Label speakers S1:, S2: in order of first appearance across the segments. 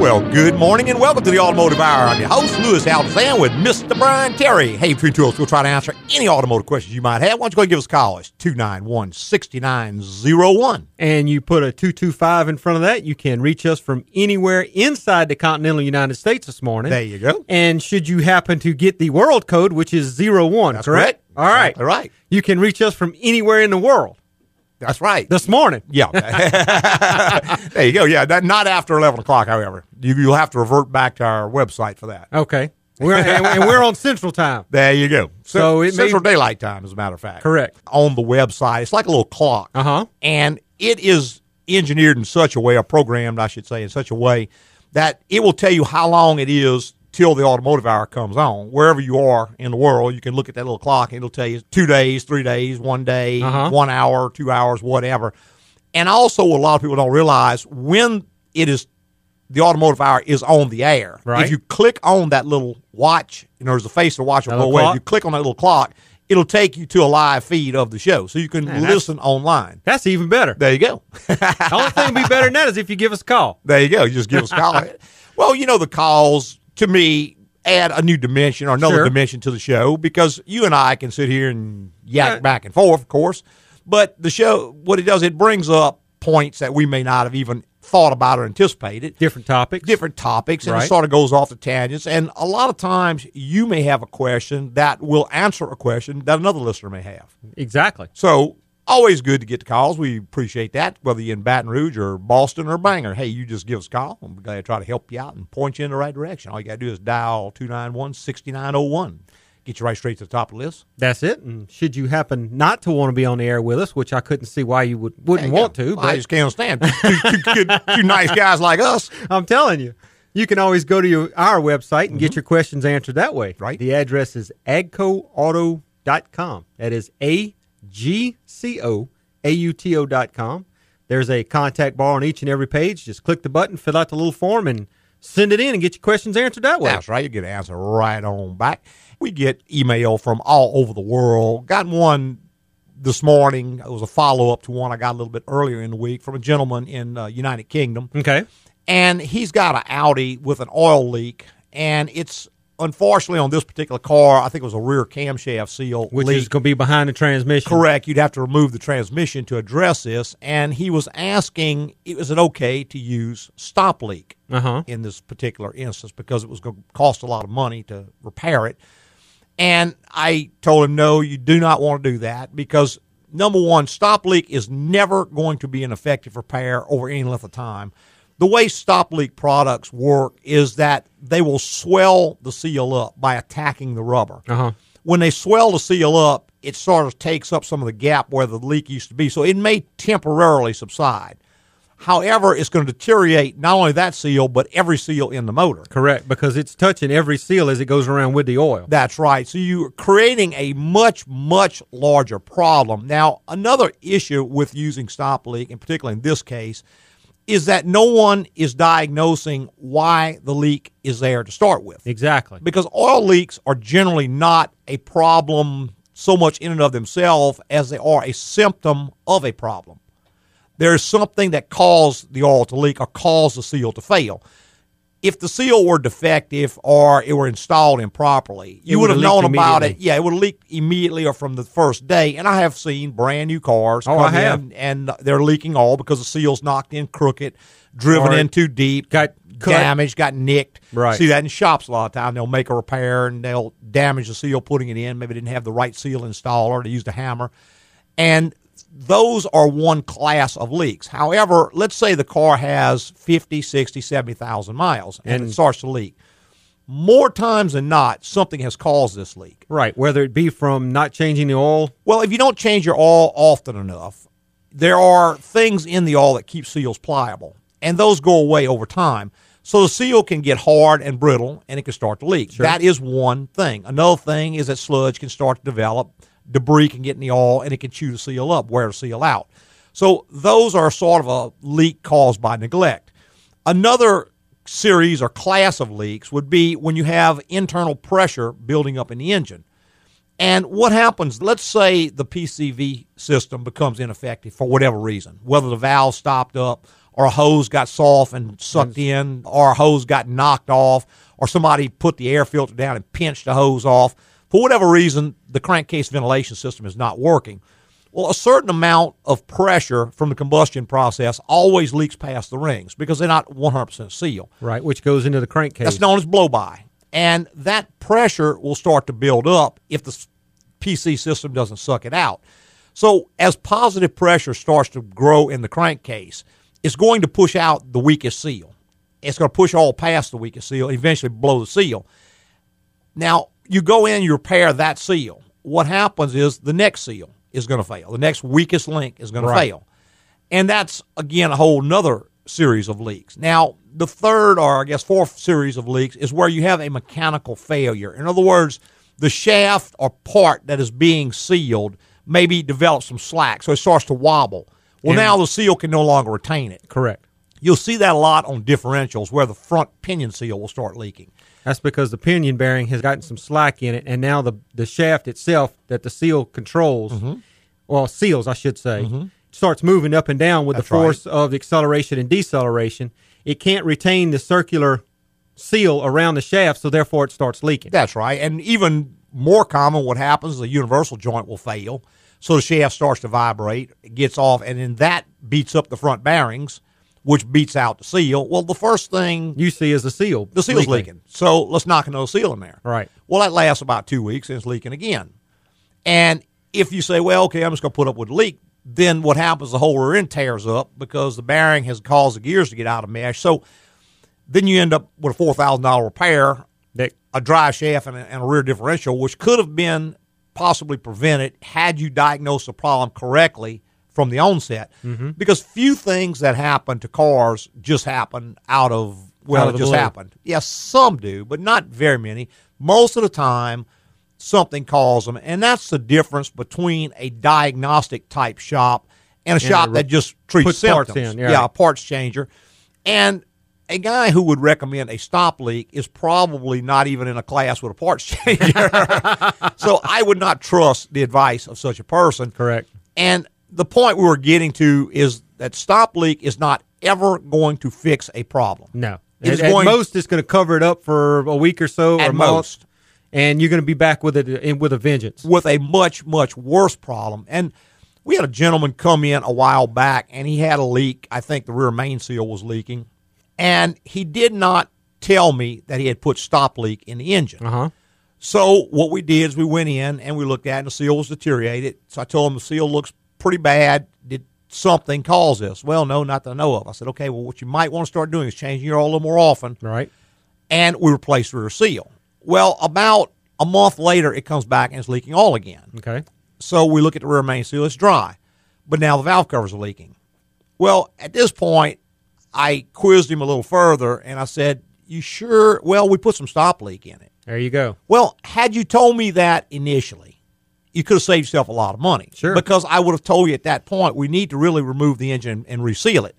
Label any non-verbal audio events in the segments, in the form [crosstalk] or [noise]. S1: Well, good morning and welcome to the Automotive Hour. I'm your host, Lewis Alexander, with Mr. Brian Terry. Hey, between two of us, we'll try to answer any automotive questions you might have. Why don't you go and give us a call? It's 291 6901.
S2: and you put a 225 in front of that, you can reach us from anywhere inside the continental United States this morning.
S1: There you go.
S2: and should you happen to get the world code, which is 01,
S1: That's
S2: correct?
S1: correct.
S2: All right.
S1: Exactly right.
S2: You can reach us from anywhere in the world
S1: That's right.
S2: this morning.
S1: Yeah. [laughs] there you go. Yeah, that, not after 11 o'clock, however. You, you'll have to revert back to our website for that.
S2: Okay. We're, and, and we're on Central Time.
S1: There you go.
S2: So it may-
S1: Central Daylight Time, as a matter of fact.
S2: Correct.
S1: On the website, it's like a little clock.
S2: Uh huh.
S1: and it is engineered in such a way, or programmed, I should say, in such a way that it will tell you how long it is till the automotive hour comes on. Wherever you are in the world, you can look at that little clock and it'll tell you two days, three days, one day,
S2: Uh-huh.
S1: one hour, two hours, whatever. And also, a lot of people don't realize when it is the automotive hour is on the air.
S2: Right.
S1: If you click on that little watch, you know, there's a face to watch will
S2: That
S1: go
S2: little
S1: away. If
S2: clock?
S1: you click on that little clock, it'll take you to a live feed of the show, so you can
S2: that's-
S1: listen online.
S2: That's even better.
S1: There you go. [laughs]
S2: The only thing would be better than that is if you give us a call.
S1: there you go. You just give us a call.
S2: [laughs]
S1: well, you know, the calls to me add a new dimension or another
S2: Sure.
S1: dimension to the show because you and I can sit here and yak
S2: Yeah.
S1: back and forth, of course. But the show, what it does, it brings up points that we may not have even thought about or anticipated
S2: Different topics.
S1: different topics and it
S2: Right.
S1: sort of goes off the tangents. And a lot of times you may have a question that will answer a question that another listener may have.
S2: Exactly.
S1: So always good to get the calls. We appreciate that, whether you're in Baton Rouge or Boston or Bangor. Hey, you just give us a call. I'm glad to try to help you out and point you in the right direction. All you got to do is dial 291-6901. Get you right straight to the top of the list.
S2: That's it. And should you happen not to want to be on the air with us, which I couldn't see why you would, wouldn't want to,
S1: I
S2: but
S1: just can't stand two, two, two, two nice guys like
S2: [laughs]
S1: us.
S2: I'm telling you. You can always go to your, our website and get your questions answered that way.
S1: Right.
S2: The address is agcoauto.com. That is A G C O A U T O dot com. There's a contact bar on each and every page. Just click the button, fill out the little form, and send it in and get your questions answered that way.
S1: That's right. You get an answer right on back. We get email from all over the world. Got one this morning. It was a follow up to one I got a little bit earlier in the week from a gentleman in uh, United Kingdom,
S2: Okay.
S1: and he's got an Audi with an oil leak, and it's unfortunately on this particular car. I think it was a rear camshaft seal
S2: Which
S1: leak.
S2: is going to be behind the transmission.
S1: Correct. You'd have to remove the transmission to address this. And he was asking, is it okay to use stop leak
S2: Uh huh.
S1: in this particular instance because it was going to cost a lot of money to repair it. And I told him, no, you do not want to do that because number one, stop leak is never going to be an effective repair over any length of time. The way stop leak products work is that they will swell the seal up by attacking the rubber.
S2: Uh-huh.
S1: When they swell the seal up, it sort of takes up some of the gap where the leak used to be. So it may temporarily subside. However, it's going to deteriorate not only that seal, but every seal in the motor.
S2: Correct. Because it's touching every seal as it goes around with the oil.
S1: That's right. So you're creating a much, much larger problem. Now, another issue with using stop leak, and particularly in this case, is that no one is diagnosing why the leak is there to start with.
S2: Exactly.
S1: Because oil leaks are generally not a problem so much in and of themselves as they are a symptom of a problem. There's something that caused the oil to leak or caused the seal to fail. If the seal were defective or it were installed improperly, you
S2: It
S1: would
S2: would've
S1: have known
S2: leaked
S1: about it.
S2: immediately.
S1: Yeah, it would have leaked immediately or from the first day. And I have seen brand new cars
S2: Oh, I
S1: come
S2: have.
S1: in and they're leaking oil because the seal's knocked in crooked, driven
S2: Or it
S1: in too deep,
S2: got cut.
S1: damaged, got nicked.
S2: Right.
S1: See that in shops a lot of time. They'll make a repair and they'll damage the seal putting it in. Maybe they didn't have the right seal installed or they used a hammer. And those are one class of leaks. However, let's say the car has 50, 60, 70,000 miles and, it
S2: And-
S1: starts to leak. More times than not, something has caused this leak.
S2: Right. Whether it be from not changing the oil
S1: Well, if you don't change your oil often enough, there are things in the oil that keep seals pliable, and those go away over time. So the seal can get hard and brittle, and it can start to leak. That is one thing. Another thing is that sludge can start to develop, debris can get in the oil, and it can chew the seal up, wear the seal out. So those are sort of a leak caused by neglect. Another series or class of leaks would be when you have internal pressure building up in the engine. And what happens? Let's say the PCV system becomes ineffective for whatever reason, whether the valve stopped up or a hose got soft and sucked in, or a hose got knocked off, or somebody put the air filter down and pinched a hose off. For whatever reason, the crankcase ventilation system is not working. Well, a certain amount of pressure from the combustion process always leaks past the rings because they're not 100% sealed.
S2: Right, which goes into the crankcase.
S1: That's known as blow by. And that pressure will start to build up if the s- PC system doesn't suck it out. So, as positive pressure starts to grow in the crankcase, it's going to push out the weakest seal. It's going to push all past the weakest seal, eventually blow the seal. Now, you go in, you repair that seal. What happens is the next seal is going to fail. The next weakest link is going to fail. And that's, again, a whole nother series of leaks. Now, the third, or I guess fourth series of leaks, is where you have a mechanical failure. In other words, the shaft or part that is being sealed maybe develops some slack, so it starts to wobble. Well,
S2: And-
S1: now the seal can no longer retain it.
S2: correct.
S1: You'll see that a lot on differentials where the front pinion seal will start leaking.
S2: That's because the pinion bearing has gotten some slack in it, and now the the shaft itself that the seal controls,
S1: Mm-hmm.
S2: well, seals, I should say, starts moving up and down with
S1: That's
S2: the
S1: right.
S2: force of acceleration and deceleration. It can't retain the circular seal around the shaft, so therefore it starts leaking.
S1: That's right. And even more common, what happens is a universal joint will fail. So the shaft starts to vibrate, it gets off, and then that beats up the front bearings, which beats out the seal. Well, the first thing,
S2: you see is the seal.
S1: the seal's leaking. So let's knock another seal in there.
S2: Right.
S1: Well, that lasts about two weeks and it's leaking again. And if you say, well, okay, I'm just going to put up with the leak, then what happens, the whole rear end tears up because the bearing has caused the gears to get out of mesh. So then you end up with a $4,000 repair
S2: That
S1: a drive shaft and a, and a rear differential, which could have been possibly prevented had you diagnosed the problem correctly from the onset.
S2: Mm-hmm.
S1: Because few things that happen to cars just happen out of well,
S2: Out of
S1: it
S2: the
S1: just
S2: blue.
S1: happened. Yes, some do, but not very many. Most of the time, something caused them, and that's the difference between a diagnostic type shop and a shop
S2: re-
S1: that just treats
S2: puts parts
S1: symptoms.
S2: in, yeah.
S1: a parts changer, and a guy who would recommend a stop leak is probably not even in a class with a parts [laughs] changer. so I would not trust the advice of such a person.
S2: correct.
S1: And the point we were getting to is that stop leak is not ever going to fix a problem.
S2: No.
S1: It
S2: At-
S1: is
S2: at
S1: going-
S2: most, it's going to cover it up for a week or so,
S1: At
S2: or a month,
S1: most.
S2: and you're going to be back with it in, with a vengeance.
S1: with a much much worse problem and we had a gentleman come in a while back and he had a leak i think the rear main seal was leaking and he did not tell me that he had put stop leak in the engine
S2: Uh huh.
S1: so what we did is we went in and we looked at it and the seal was deteriorated. So I told him the seal looks pretty bad. Did something cause this? Well, no, not that I know of. I said, okay, well, what you might want to start doing is changing your oil a little more often
S2: Right.
S1: and we replaced the rear seal. Well, about a month later, it comes back and it's leaking all again.
S2: Okay.
S1: So we look at the rear main seal, it's dry. But now the valve covers are leaking. Well, at this point, I quizzed him a little further and I said, You sure? Well, we put some stop leak in it.
S2: There you go.
S1: Well, had you told me that initially, you could have saved yourself a lot of money.
S2: Sure.
S1: Because I would have told you at that point, we need to really remove the engine and reseal it.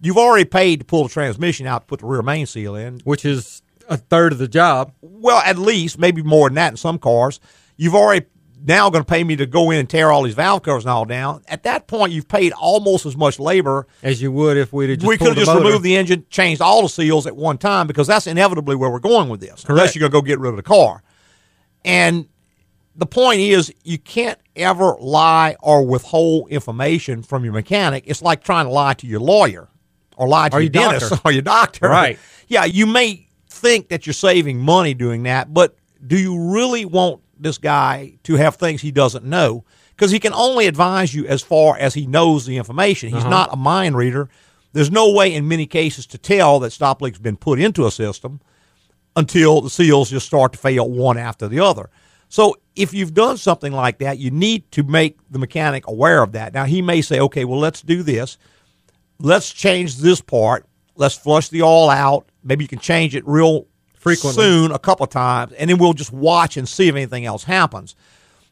S1: You've already paid to pull the transmission out, to put the rear main seal in
S2: Which is a third of the job.
S1: well, at least maybe more than that in some cars. You've already now going to pay me to go in and tear all these valve covers and all down. At that point, you've paid almost as much labor.
S2: as you would if we'd have just
S1: we could
S2: pulled
S1: have just
S2: the motor.
S1: removed the engine, changed all the seals at one time because that's inevitably where we're going with this. Unless
S2: Correct.
S1: you're going to go get rid of the car. And the point is, you can't ever lie or withhold information from your mechanic. It's like trying to lie to your lawyer or lie to
S2: Or
S1: your,
S2: your
S1: dentist
S2: doctor.
S1: [laughs] or your doctor.
S2: Right.
S1: Yeah, you may think that you're saving money doing that, but do you really want this guy to have things he doesn't know? Because he can only advise you as far as he knows the information. He's not a mind reader. There's no way in many cases to tell that stop leak's been put into a system until the seals just start to fail one after the other. So if you've done something like that, you need to make the mechanic aware of that. Now he may say, okay, well let's do this. Let's change this part. Let's flush the all out. Maybe you can change it real
S2: Frequently.
S1: soon a couple of times, and then we'll just watch and see if anything else happens.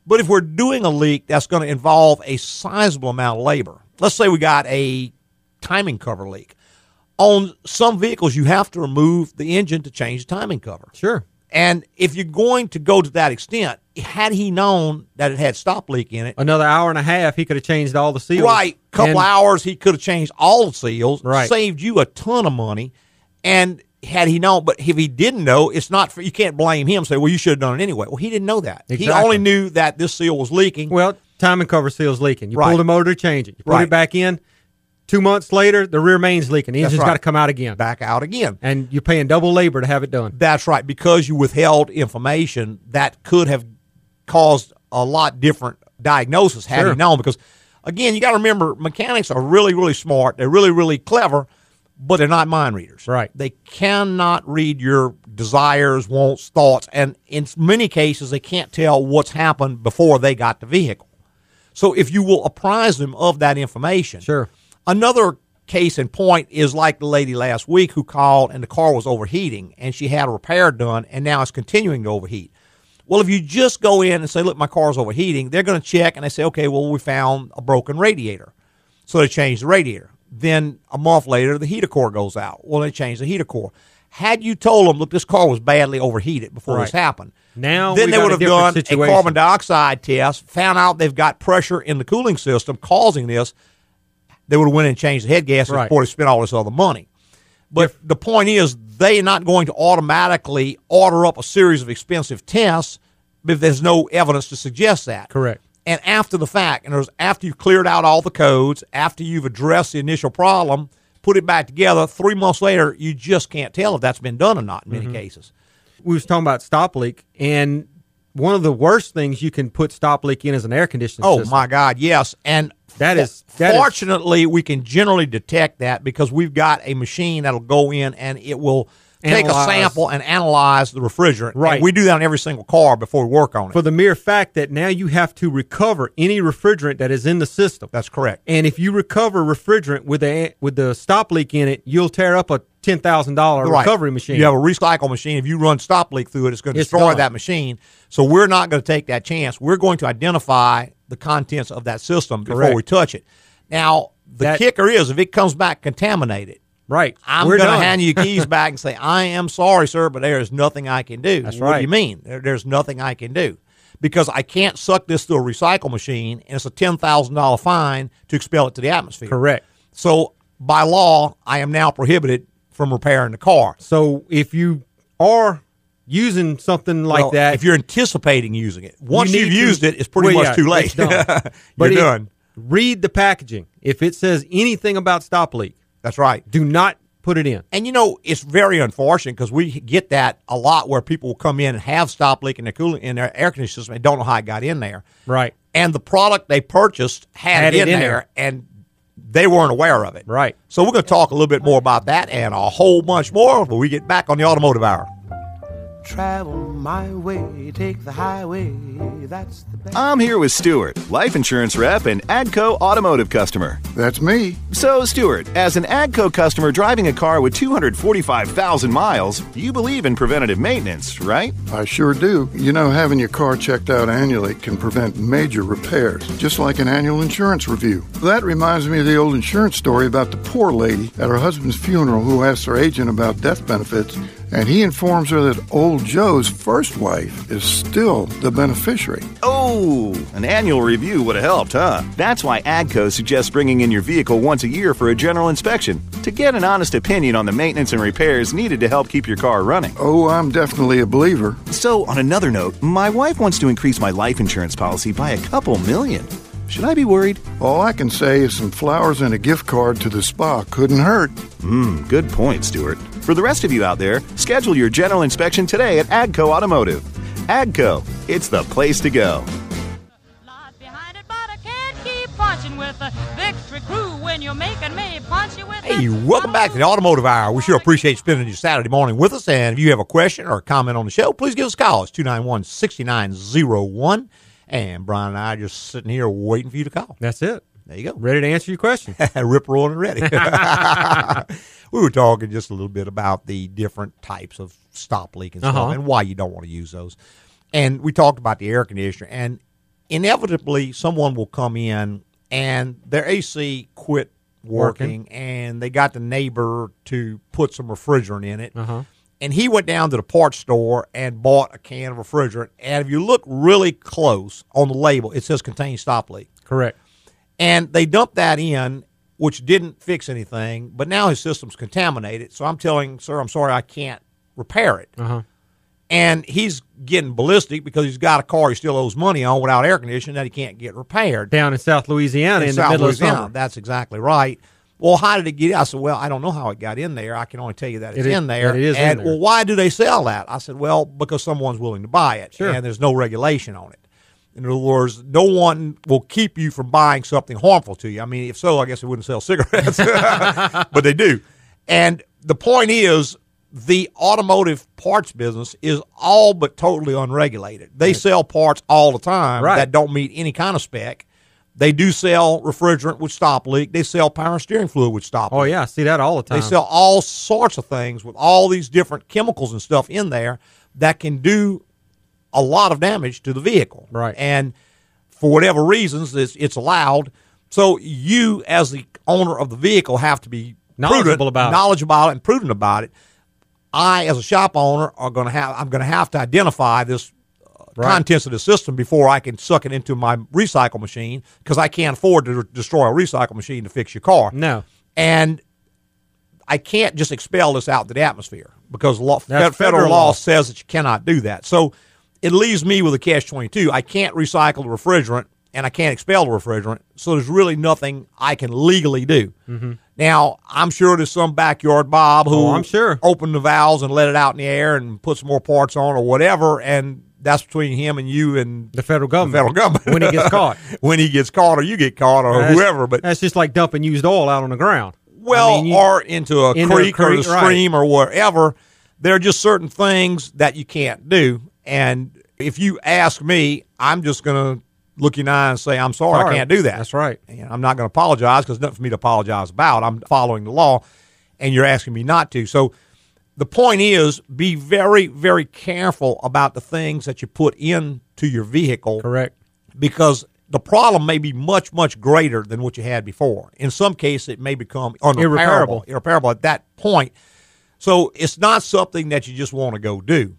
S1: But if we're doing a leak that's going to involve a sizable amount of labor, let's say we got a timing cover leak. On some vehicles, you have to remove the engine to change the timing cover
S2: Sure.
S1: And if you're going to go to that extent, had he known that it had stop leak in it,
S2: Another hour and a half, he could have changed all the seals.
S1: Right. Couple
S2: And-
S1: hours, he could have changed all the seals,
S2: Right.
S1: saved you a ton of money. And had he known, but if he didn't know, it's not, you can't blame him, say, well, you should have done it anyway. Well, he didn't know that. He
S2: Exactly.
S1: only knew that this seal was leaking.
S2: Well, timing cover seal's leaking. You
S1: Right.
S2: pull the motor, change it. You put
S1: Right.
S2: it back in. Two months later, the rear main's leaking. The
S1: That's
S2: engine's
S1: right.
S2: got to come out again.
S1: back out again.
S2: And you're paying double labor to have it done.
S1: That's right. Because you withheld information that could have caused a lot different diagnosis had
S2: Sure.
S1: he known. Because again, you got to remember, mechanics are really, really smart. They're really, really clever, but they're not mind readers.
S2: Right.
S1: They cannot read your desires, wants, thoughts, and in many cases, they can't tell what's happened before they got the vehicle. So if you will apprise them of that information,
S2: Sure.
S1: Another case in point is like the lady last week who called and the car was overheating and she had a repair done and now it's continuing to overheat. Well, if you just go in and say, look, my car's overheating, they're going to check and they say, okay, well, we found a broken radiator. So they changed the radiator. Then a month later, the heater core goes out. Well, they changed the heater core. Had you told them, look, this car was badly overheated before this
S2: Right.
S1: happened,
S2: Now
S1: then
S2: we
S1: they
S2: got
S1: would
S2: a
S1: have
S2: different
S1: done a
S2: situation.
S1: carbon dioxide test, found out they've got pressure in the cooling system causing this. They would have went and changed the head gaskets
S2: Right.
S1: before they spent all this other money. But the point is, they're not going to automatically order up a series of expensive tests if there's no evidence to suggest that.
S2: Correct.
S1: And after the fact, and there's, after you've cleared out all the codes, after you've addressed the initial problem, put it back together, three months later, you just can't tell if that's been done or not in
S2: Mm-hmm.
S1: many cases.
S2: We was talking about stop leak, and one of the worst things you can put stop leak in is an air conditioning
S1: Oh
S2: system.
S1: my God, yes, and
S2: That
S1: fo-
S2: is- that is-
S1: fortunately we can generally detect that because we've got a machine that'll go in and it will take
S2: Analyze.
S1: a sample and analyze the refrigerant.
S2: Right.
S1: And we do that on every single car before we work on it.
S2: For the mere fact that now you have to recover any refrigerant that is in the system.
S1: That's correct.
S2: And if you recover refrigerant with the with the stop leak in it, you'll tear up a ten thousand dollar
S1: Right.
S2: recovery machine.
S1: You have a recycle machine. If you run stop leak through it, it's going to
S2: It's
S1: destroy
S2: gone.
S1: that machine. So we're not going to take that chance. We're going to identify the contents of that system before
S2: Correct.
S1: we touch it. Now the
S2: That-
S1: kicker is if it comes back contaminated,
S2: right.
S1: I'm
S2: We're
S1: going to
S2: done.
S1: hand you keys back and say, I am sorry, sir, but there is nothing I can do.
S2: That's
S1: what do
S2: right.
S1: you mean? There, there's nothing I can do. Because I can't suck this through a recycle machine, and it's a $10,000 fine to expel it to the atmosphere.
S2: Correct.
S1: So, by law, I am now prohibited from repairing the car.
S2: So if you are using something like
S1: Well,
S2: that,
S1: If you're anticipating using it, once
S2: need
S1: you have
S2: to-
S1: used it, it's pretty
S2: well,
S1: much
S2: yeah,
S1: too late.
S2: it's done.
S1: [laughs] you're
S2: if-
S1: done.
S2: Read the packaging. If it says anything about stop leak,
S1: That's right.
S2: do not put it in.
S1: And you know, it's very unfortunate because we get that a lot where people will come in and have stop leak in their cooling in their air conditioning system and don't know how it got in there.
S2: Right.
S1: And the product they purchased had, it in, there, and they weren't aware of it.
S2: Right.
S1: So we're going to talk a little bit more about that and a whole bunch more when we get back on the automotive hour.
S3: Travel my way, take the highway, that's the best.
S4: I'm here with Stuart, life insurance rep and AGCO automotive customer.
S5: That's me.
S4: So, Stuart, as an AGCO customer driving a car with 245,000 miles, you believe in preventative maintenance, right?
S5: I sure do. You know, having your car checked out annually can prevent major repairs, just like an annual insurance review. That reminds me of the old insurance story about the poor lady at her husband's funeral who asked her agent about death benefits, and he informs her that old Joe's first wife is still the beneficiary.
S4: Oh, an annual review would have helped, huh? That's why AGCO suggests bringing in your vehicle once a year for a general inspection to get an honest opinion on the maintenance and repairs needed to help keep your car running.
S5: Oh, I'm definitely a believer.
S4: So, on another note, my wife wants to increase my life insurance policy by a couple million. Should I be worried?
S5: All I can say is some flowers and a gift card to the spa couldn't hurt.
S4: Good point, Stuart. For the rest of you out there, schedule your general inspection today at AGCO Automotive. AGCO, it's the place to go.
S6: lot behind it, but I can't keep punching with the victory crew when you're making me punch you with
S1: Hey, welcome back to the Automotive Hour. We sure appreciate you spending your Saturday morning with us. And if you have a question or a comment on the show, please give us a call. It's 291 6901. And Brian and I are just sitting here waiting for you to call.
S2: That's it.
S1: There you go.
S2: Ready to answer
S1: [laughs]
S2: your question.
S1: Rip, rolling, and ready. [laughs] we were talking just a little bit about the different types of stop leak and stuff
S2: Uh-huh.
S1: and why you don't want to use those. And we talked about the air conditioner. And inevitably, someone will come in and their AC quit working,
S2: Working.
S1: and they got the neighbor to put some refrigerant in it.
S2: Uh-huh.
S1: And he went down to the parts store and bought a can of refrigerant. And if you look really close on the label, it says contains stop leak.
S2: Correct.
S1: And they dumped that in, which didn't fix anything. But now his system's contaminated. So I'm telling, sir, I'm sorry, I can't repair it. And he's getting ballistic because he's got a car he still owes money on without air conditioning that he can't get repaired
S2: Down in South Louisiana in, the
S1: South
S2: middle
S1: Louisiana.
S2: of summer.
S1: That's exactly right. Well, how did it get? I said, well, I don't know how it got in there. I can only tell you that it's
S2: It is-
S1: in there.
S2: that it is in
S1: and
S2: there.
S1: well, why do they sell that? I said, well, because someone's willing to buy it,
S2: Sure.
S1: and there's no regulation on it. In other words, no one will keep you from buying something harmful to you. I mean, if so, I guess they wouldn't sell [laughs] cigarettes, but they do. And the point is, the automotive parts business is all but totally unregulated. They sell parts all the time
S2: Right.
S1: that don't meet any kind of spec. They do sell refrigerant with stop leak. They sell power and steering fluid with stop
S2: Oh
S1: leak.
S2: yeah, I see that all the time.
S1: They sell all sorts of things with all these different chemicals and stuff in there that can do a lot of damage to the vehicle.
S2: Right.
S1: And for whatever reasons, it's, it's allowed. So you, as the owner of the vehicle, have to be prudent,
S2: Knowledgeable about it.
S1: knowledgeable about it and prudent about it. I, as a shop owner, are going to have I'm going to have to identify this uh,
S2: Right.
S1: contents of the system before I can suck it into my recycle machine because I can't afford to destroy a recycle machine to fix your car.
S2: No.
S1: and I can't just expel this out into the atmosphere because law, fed,
S2: That's
S1: federal,
S2: federal
S1: law
S2: law.
S1: says that you cannot do that. So it leaves me with a catch twenty two. I can't recycle the refrigerant and I can't expel the refrigerant. So there's really nothing I can legally do. Now I'm sure there's some backyard Bob who
S2: Mm-hmm. Oh, I'm sure.
S1: opened the valves and let it out in the air and put some more parts on or whatever, and that's between him and you and
S2: the federal government.
S1: federal government
S2: [laughs]
S1: [laughs]
S2: when it gets caught.
S1: when he gets caught or you get caught or
S2: That's-
S1: whoever. But
S2: that's just like dumping used oil out on the ground.
S1: well,
S2: I mean, you-
S1: or into a
S2: Into a
S1: creek, or a
S2: creek, right.
S1: stream or wherever. There are just certain things that you can't do. And if you ask me, I'm just going to look you in the eye and say, I'm sorry, I
S2: Sorry.
S1: can't do that.
S2: That's right.
S1: And I'm not going to apologize because nothing for me to apologize about. I'm following the law, and you're asking me not to. So the point is, be very, very careful about the things that you put into your vehicle
S2: correct.
S1: because the problem may be much much greater than what you had before. In some case, it may become unrepairable, irreparable,
S2: Irreparable.
S1: at that point. So it's not something that you just want to go do.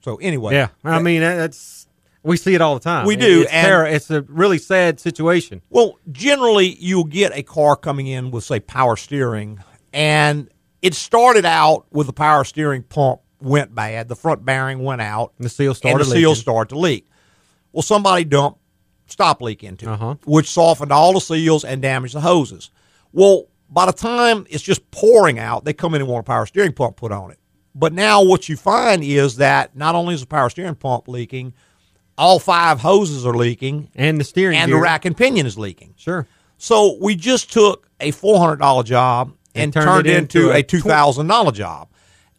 S1: So anyway,
S2: Yeah, I mean that- that's we see it all the time.
S1: We
S2: It-
S1: do,
S2: It's,
S1: and-
S2: terror- it's a really sad situation.
S1: Well, generally, you'll get a car coming in with, say, power steering, and it started out with the power steering pump went bad, the front bearing went out,
S2: And the seal
S1: and the
S2: started
S1: seal
S2: leaking.
S1: started to leak. Well, somebody dumped stop leak into it,
S2: Uh-huh.
S1: which softened all the seals and damaged the hoses. Well, by the time it's just pouring out, they come in and want a power steering pump put on it. But now what you find is that not only is the power steering pump leaking, all five hoses are leaking,
S2: And the steering
S1: and the
S2: gear.
S1: rack and pinion is leaking.
S2: Sure.
S1: So we just took a four hundred dollar job and, turned, it into, a
S2: tw-
S1: two thousand dollar job.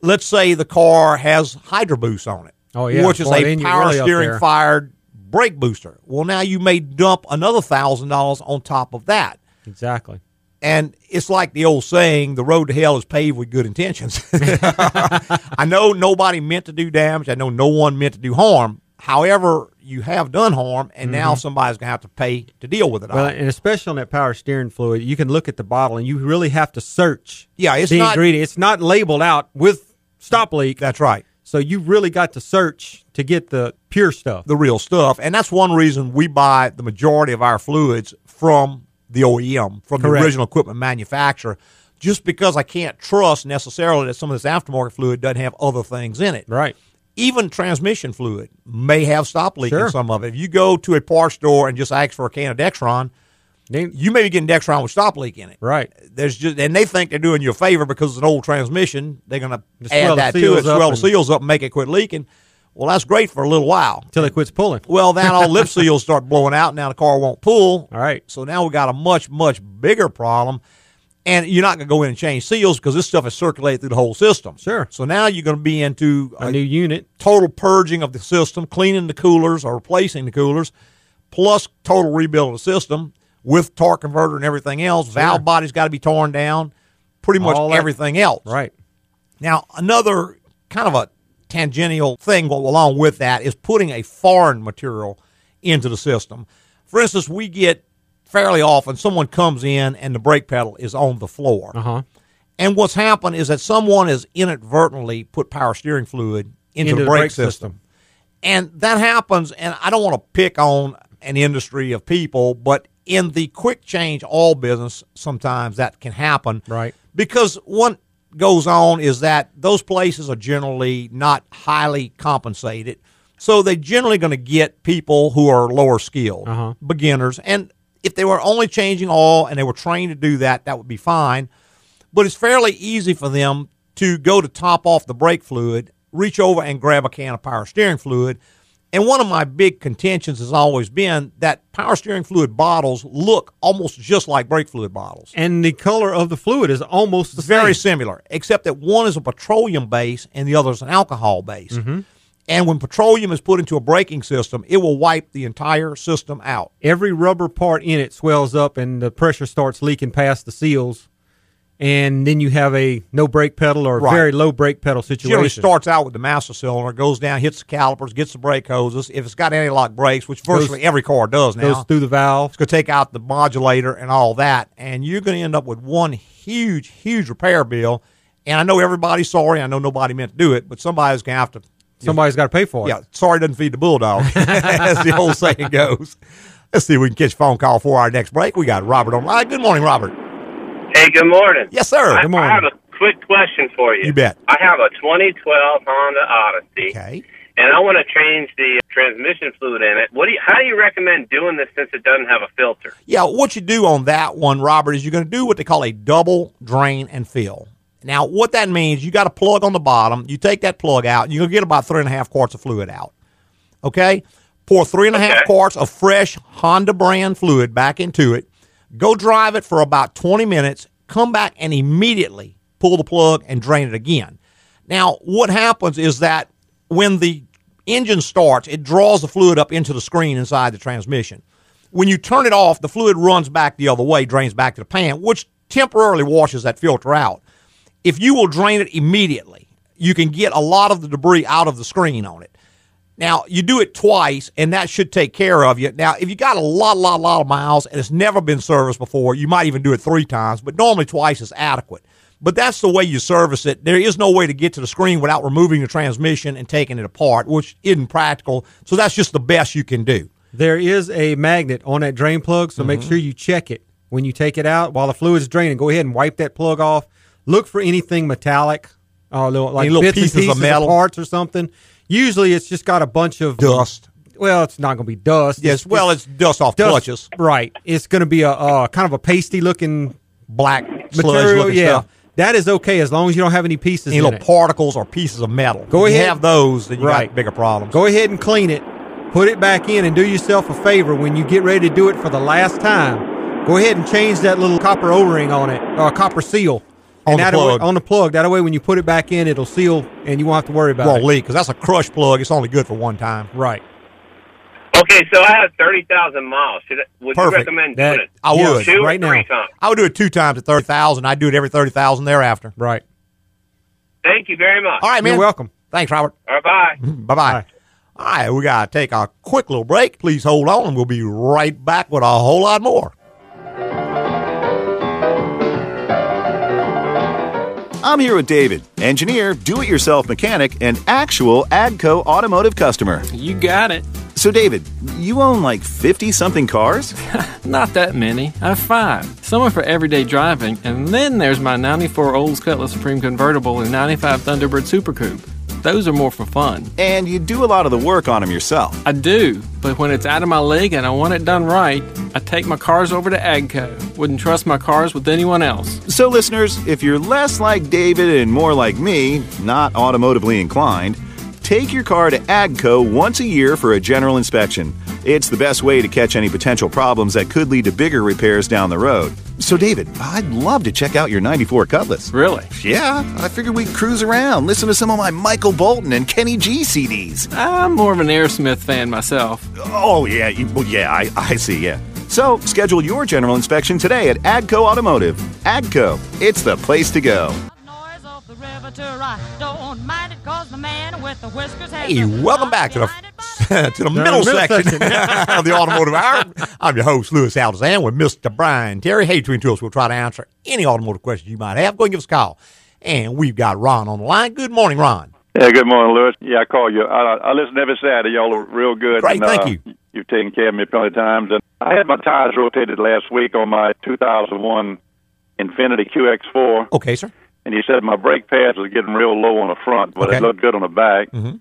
S1: Let's say the car has hydro boost on it,
S2: Oh, yeah.
S1: which is
S2: Boy,
S1: a
S2: then you're
S1: power
S2: really up
S1: steering
S2: there.
S1: fired brake booster. Well, now you may dump another thousand dollars on top of that,
S2: Exactly.
S1: and it's like the old saying: "The road to hell is paved with good intentions." [laughs] I know nobody meant to do damage. I know no one meant to do harm. However, you have done harm, and now somebody's going to have to pay to deal with it. all.
S2: Mm-hmm. Well, and especially on that power steering fluid, you can look at the bottle and you really have to search.
S1: Yeah, it's
S2: the
S1: not-
S2: ingredient. It's not labeled out with stop leak,
S1: That's right.
S2: so you really got to search to get the pure stuff.
S1: the real stuff. And that's one reason we buy the majority of our fluids from the OEM, from the
S2: Correct.
S1: original equipment manufacturer, just because I can't trust necessarily that some of this aftermarket fluid doesn't have other things in it.
S2: right.
S1: Even transmission fluid may have stop leak in
S2: Sure.
S1: some of it. If you go to a parts store and just ask for a can of Dextron,
S2: Then-
S1: you may be getting Dextron with stop leak in it.
S2: Right.
S1: There's just and they think they're doing you a favor because it's an old transmission. They're gonna
S2: Just swell
S1: add
S2: the
S1: that to
S2: seals
S1: it,
S2: up
S1: swell the
S2: and-
S1: seals up and make it quit leaking. Well, that's great for a little while.
S2: Till it quits pulling.
S1: Well, then all lip seals start blowing out. Now the car won't pull.
S2: All right.
S1: So now we got a much, much bigger problem. And you're not going to go in and change seals because this stuff is circulated through the whole system.
S2: Sure.
S1: So now you're going to be into
S2: A
S1: a
S2: new unit.
S1: total purging of the system, cleaning the coolers or replacing the coolers, plus total rebuild of the system with torque converter and everything else. Valve body's got to be torn down, pretty much
S2: All that-
S1: everything else.
S2: Right.
S1: Now, another kind of a tangential thing well, along with that is putting a foreign material into the system. For instance, we get fairly often someone comes in and the brake pedal is on the floor.
S2: Uh huh.
S1: And what's happened is that someone has inadvertently put power steering fluid into, the brake, system. And that happens, and I don't want to pick on an industry of people, but in the quick change all business, sometimes that can happen.
S2: Right.
S1: Because what goes on is that those places are generally not highly compensated. So they're generally going to get people who are lower skilled, beginners. And if they were only changing all and they were trained to do that, that would be fine but it's fairly easy for them to go to top off the brake fluid, reach over and grab a can of power steering fluid. And one of my big contentions has always been that power steering fluid bottles look almost just like brake fluid bottles.
S2: And the color of the fluid is almost the
S1: Very
S2: same.
S1: similar, except that one is a petroleum base and the other is an alcohol base. And when petroleum is put into a braking system, it will wipe the entire system out.
S2: Every rubber part in it swells up, and the pressure starts leaking past the seals. And then you have a no brake pedal or
S1: Right.
S2: very low brake pedal situation.
S1: generally starts out with the master cylinder, goes down, hits the calipers, gets the brake hoses. If it's got anti-lock brakes, which virtually every car does now,
S2: goes through the valve.
S1: it's going to take out the modulator and all that, and you're going to end up with one huge, huge repair bill. And I know everybody's sorry. I know nobody meant to do it, but somebody's going to have to.
S2: Somebody's got to pay for it.
S1: Yeah, sorry doesn't feed the bulldog, [laughs] as the old saying goes. Let's see if we can catch a phone call for our next break. We got Robert on line. Good morning, Robert.
S7: Hey, good morning.
S1: Yes, sir.
S7: I,
S1: Good
S2: morning.
S7: I have a quick question for you.
S1: You bet.
S7: I have a 2012 Honda Odyssey,
S1: Okay.
S7: and I want to change the transmission fluid in it. What do you, How do you recommend doing this since it doesn't have a filter?
S1: Yeah, what you do on that one, Robert, is you're going to do what they call a double drain and fill. Now, what that means, you got a plug on the bottom. You take that plug out, and you're going to get about three and a half quarts of fluid out. Okay? Pour three and a half
S7: Okay.
S1: quarts of fresh Honda brand fluid back into it. Go drive it for about 20 minutes. Come back and immediately pull the plug and drain it again. Now, what happens is that when the engine starts, it draws the fluid up into the screen inside the transmission. When you turn it off, the fluid runs back the other way, drains back to the pan, which temporarily washes that filter out. If you will drain it immediately, you can get a lot of the debris out of the screen on it. Now you do it twice, and that should take care of you. Now, if you got a lot, lot, lot of miles and it's never been serviced before, you might even do it three times, but normally twice is adequate. But that's the way you service it. There is no way to get to the screen without removing the transmission and taking it apart, which isn't practical. So that's just the best you can do.
S2: There is a magnet on that drain plug, so
S1: Mm-hmm.
S2: make sure you check it when you take it out while the fluid's draining. Go ahead and wipe that plug off. Look for anything metallic, uh, little, like
S1: Any little
S2: bits
S1: pieces of
S2: and pieces
S1: metal?
S2: parts or something. Usually, it's just got a bunch of
S1: Dust.
S2: Well, it's not going to be dust.
S1: Yes, well, it's dust off
S2: dust-
S1: clutches,
S2: Right. It's going to be a uh, kind of a pasty looking
S1: black sludge
S2: material.
S1: looking
S2: Yeah,
S1: stuff.
S2: that is okay as long as you don't have any pieces
S1: Any
S2: in
S1: little
S2: it.
S1: particles or pieces of metal.
S2: Go
S1: If you
S2: ahead.
S1: have those, then you
S2: Right.
S1: got bigger problems.
S2: Go ahead and clean it. Put it back in and do yourself a favor when you get ready to do it for the last time. Go ahead and change that little copper O-ring on it, or copper seal.
S1: On
S2: And
S1: the
S2: that a way-
S1: plug.
S2: on the plug. That a way when you put it back in, it'll seal and you won't have to worry about
S1: Won't
S2: it.
S1: leak because that's a crush plug. It's only good for one time.
S2: Right.
S7: Okay, so I have 30,000 miles. Should I, would
S1: Perfect.
S7: you recommend
S2: That-
S7: doing it?
S1: I
S2: Yeah,
S1: would.
S7: Two or
S2: right now.
S7: three times.
S1: I would do it two times at thirty thousand. I'd do it every thirty thousand thereafter.
S2: Right.
S7: Thank you very much.
S1: All right, man.
S2: You're welcome.
S1: Thanks, Robert.
S7: All right, bye.
S1: Bye bye. All right, we gotta take a quick little break. Please hold on, and we'll be right back with a whole lot more.
S4: I'm here with David, engineer, do it yourself mechanic, and actual AGCO automotive customer.
S8: You got it.
S4: So, David, you own like 50 something cars?
S8: Not that many. I have five. Some are for everyday driving, and then there's my 94 Olds Cutlass Supreme Convertible and 95 Thunderbird Super Coupe. Those are more for fun.
S4: And you do a lot of the work on them yourself.
S8: I do, but when it's out of my league and I want it done right, I take my cars over to AGCO. Wouldn't trust my cars with anyone else.
S4: So, listeners, if you're less like David and more like me, not automotively inclined, take your car to AGCO once a year for a general inspection. It's the best way to catch any potential problems that could lead to bigger repairs down the road. So, David, I'd love to check out your 94 Cutlass.
S8: Really?
S4: Yeah, I figured we'd cruise around, listen to some of my Michael Bolton and Kenny G CDs.
S8: I'm more of an Aerosmith fan myself.
S4: Oh, yeah, you- well, yeah, I, I see, yeah. So, schedule your general inspection today at AGCO Automotive. AGCO, it's the place to go.
S6: Noise off the river to I don't mind it 'cause the man with the whiskers has
S1: Hey,
S6: a
S1: welcome
S6: lot
S1: back to the [laughs]
S6: behind it, but
S1: to the
S2: middle
S1: middle, section [laughs] of the automotive hour. I'm your host, Lewis Alzan, with Mr. Brian Terry. Hey, Twin Tools, we'll try to answer any automotive questions you might have. Go and give us a call. And we've got Ron on the line. Good morning, Ron.
S9: Yeah, good morning, Lewis. Yeah, I call you. I, I listen every Saturday. Y'all are real good.
S1: Great,
S9: and,
S1: thank
S9: uh,
S1: you.
S9: You've taken care of me plenty of times. And I had my tires rotated last week on my 2001 Infinity QX4,
S1: Okay, sir.
S9: and he said my brake pads was getting real low on the front, but
S1: Okay.
S9: it looked good on the back.
S2: Mm-hmm.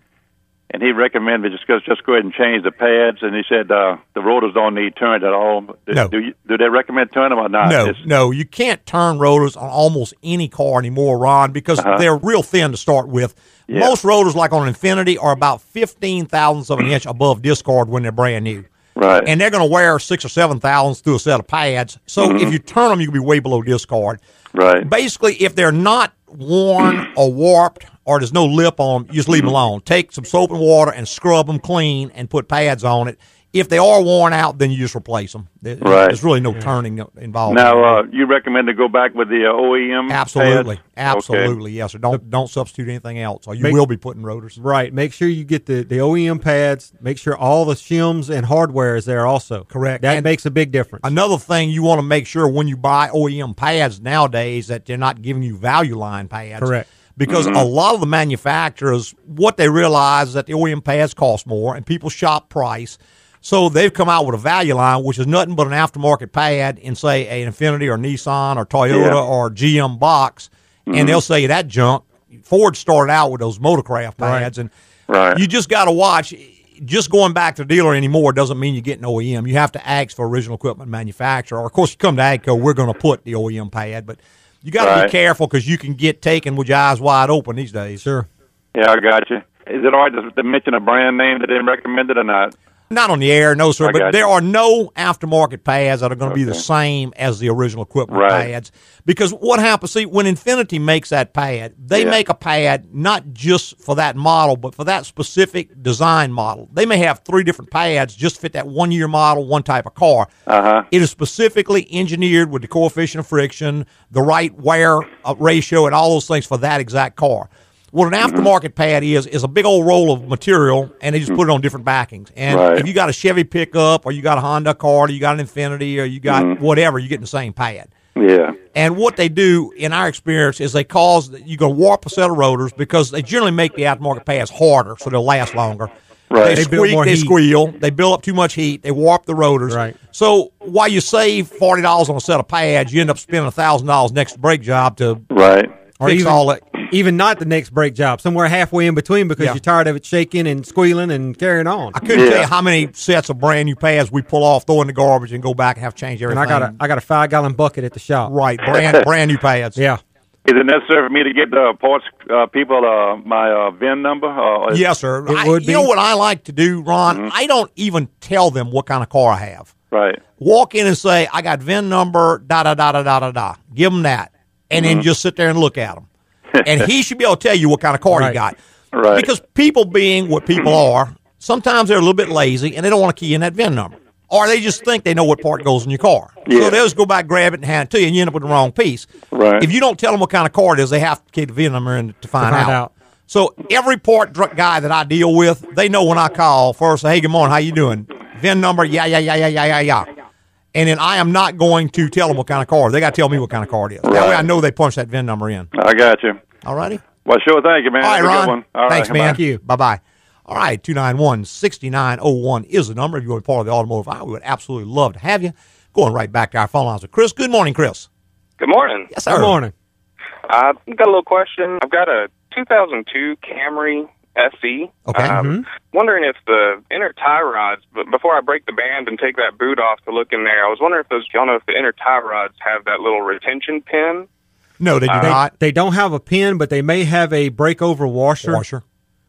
S9: And he recommended just go, just go ahead and change the pads. And he said uh, the rotors don't need turned at all. Do,
S1: No.
S9: do, you, do they recommend turning them or not?
S1: No,
S9: It's-
S1: no, you can't turn rotors on almost any car anymore, Ron, because they're real thin to start with.
S9: Uh-huh. Yeah.
S1: Most rotors, like on an Infinity, are about fifteen thousandths of an inch above discard when they're brand new.
S9: Right.
S1: And they're going to wear six or seven thousandths through a set of pads. So if you turn them, you can be way below discard.
S9: Mm-hmm. Right.
S1: Basically, if they're not worn or warped or there's no lip on them, you just leave them alone. Take some soap and water and scrub them clean and put pads on it. If they are worn out, then you just replace them. There-
S9: Right.
S1: There's really no turning involved.
S9: Now, uh, you recommend to go back with the uh, OEM?
S1: Absolutely,
S9: pads?
S1: absolutely, yes. Sir. Don't don't substitute anything else, or you
S2: Make-
S1: will be putting rotors.
S2: Right. Make sure you get the, the OEM pads. Make sure all the shims and hardware is there also.
S1: Correct.
S2: That
S1: And-
S2: makes a big difference.
S1: Another thing you want to make sure when you buy OEM pads nowadays that they're not giving you value line pads.
S2: Correct.
S1: Because
S9: Mm-hmm.
S1: a lot of the manufacturers, what they realize is that the OEM pads cost more and people shop price. So they've come out with a value line, which is nothing but an aftermarket pad in, say, an Infinity or Nissan or Toyota
S9: Yeah. Mm-hmm.
S1: or GM box. And they'll say that junk. Ford started out with those Motorcraft pads. And
S9: Right.
S1: you just got to watch. Just going back to the dealer anymore doesn't mean you get an OEM. You have to ask for original equipment manufacturer. Of course, you come to AGCO, we're going to put the OEM pad, but you got to
S9: Right.
S1: be careful because you can get taken with your eyes wide open these days. Sure.
S9: Yeah, I got you. Is it all right to- to mention a brand name that they recommended or not?
S1: Not on the air, no, sir.
S9: I
S1: But
S9: got
S1: there
S9: you.
S1: are no aftermarket pads that are going to be the
S9: Okay.
S1: same as the original equipment
S9: Right.
S1: pads. Because what happens, see, when Infinity makes that pad, they
S9: Yeah.
S1: make a pad not just for that model, but for that specific design model. They may have three different pads just fit that one year model, one type of car. Uh-huh. is specifically engineered with the coefficient of friction, the right wear uh, ratio, and all those things for that exact car. What an
S9: Mm-hmm.
S1: aftermarket pad is is a big old roll of material, and they just put it on different backings. And
S9: Right.
S1: if you got a Chevy pickup, or you got a Honda car, or you got an Infinity, or you got
S9: Mm-hmm.
S1: whatever, you get the same pad.
S9: Yeah.
S1: And what they do, in our experience, is they cause you can warp a set of rotors because they generally make the aftermarket pads harder, so they'll last longer.
S9: Right.
S1: They
S9: They
S2: build
S1: squeak,
S2: more
S1: they
S2: heat.
S1: squeal, they build up too much heat, they warp the rotors.
S2: Right.
S1: So while you save forty dollars on a set of pads, you end up spending thousand dollars next brake job to
S9: Right.
S1: fix
S2: even,
S1: all that.
S2: [clears throat] even not the next break job, somewhere halfway in between because
S1: Yeah.
S2: you're tired of it shaking and squealing and carrying on.
S1: I couldn't tell
S9: Yeah.
S1: you how many sets of brand new pads we pull off, throw in the garbage, and go back and have to change
S2: and
S1: everything.
S2: I got a I got a five gallon bucket at the shop.
S1: right brand brand new
S2: [laughs]
S1: pads.
S2: Yeah.
S9: Is it necessary for me to give the parts uh, people uh, my uh, VIN number? Uh,
S1: Yes, sir.
S2: It
S1: I-
S2: would
S1: You know
S2: be.
S1: what I like to do, Ron?
S9: Mm-hmm.
S1: I don't even tell them what kind of car I have.
S9: Right.
S1: Walk in and say, I got VIN number, da da da da da da da. Give them that. And
S9: Mm-hmm.
S1: then just sit there and
S9: [laughs]
S1: look at them. and he should be able to tell you what kind of car you
S2: Right.
S1: got.
S9: Right. Mm-hmm.
S1: Because people being what people are, sometimes they're a little bit lazy and they don't want to key in that VIN number. Or they just think they know what part goes in your car. So
S9: Yeah.
S1: they'll just go back, grab it, and hand it to you, and you end up with the wrong piece.
S9: Right.
S1: If you don't tell them what kind of car it is, they have to key the VIN number in to find,
S2: find
S1: out.
S2: out.
S1: So every part dr- guy that I deal with, they know when I call first, hey, good morning, how you doing? VIN number, yeah, yeah, yeah, yeah, yeah, yeah, yeah. And then I am not going to tell them what kind of car. They got to tell me what kind of car it is. That way
S9: Right.
S1: I know they punch that VIN number in.
S9: I got you.
S1: All righty?
S9: Well, sure. Thank you, man.
S1: All right,
S9: Have a good
S1: Ron.
S9: one. All right,
S1: Thanks, man.
S9: bye.
S2: Thank you.
S1: Bye bye. All right, 291 6901 is the number. If you want to be part of the automotive hour, we would absolutely love to have you. Going right back to our phone lines with Chris. Good morning, Chris.
S7: [laughs] Good morning.
S1: Yes, sir.
S2: Good morning.
S7: I've got a little question. I've got a 2002 Camry SE.
S1: Okay.
S9: Uh,
S7: Um,
S2: Mm-hmm.
S7: Wondering if the inner tie rods, but before I break the band and take that boot off to look in there, I was wondering if those, y'all know if the inner tie rods have that little retention pin.
S1: No, they do
S9: uh,
S2: They,
S1: not.
S2: they don't have a pin, but they may have a breakover washer.
S1: Washer.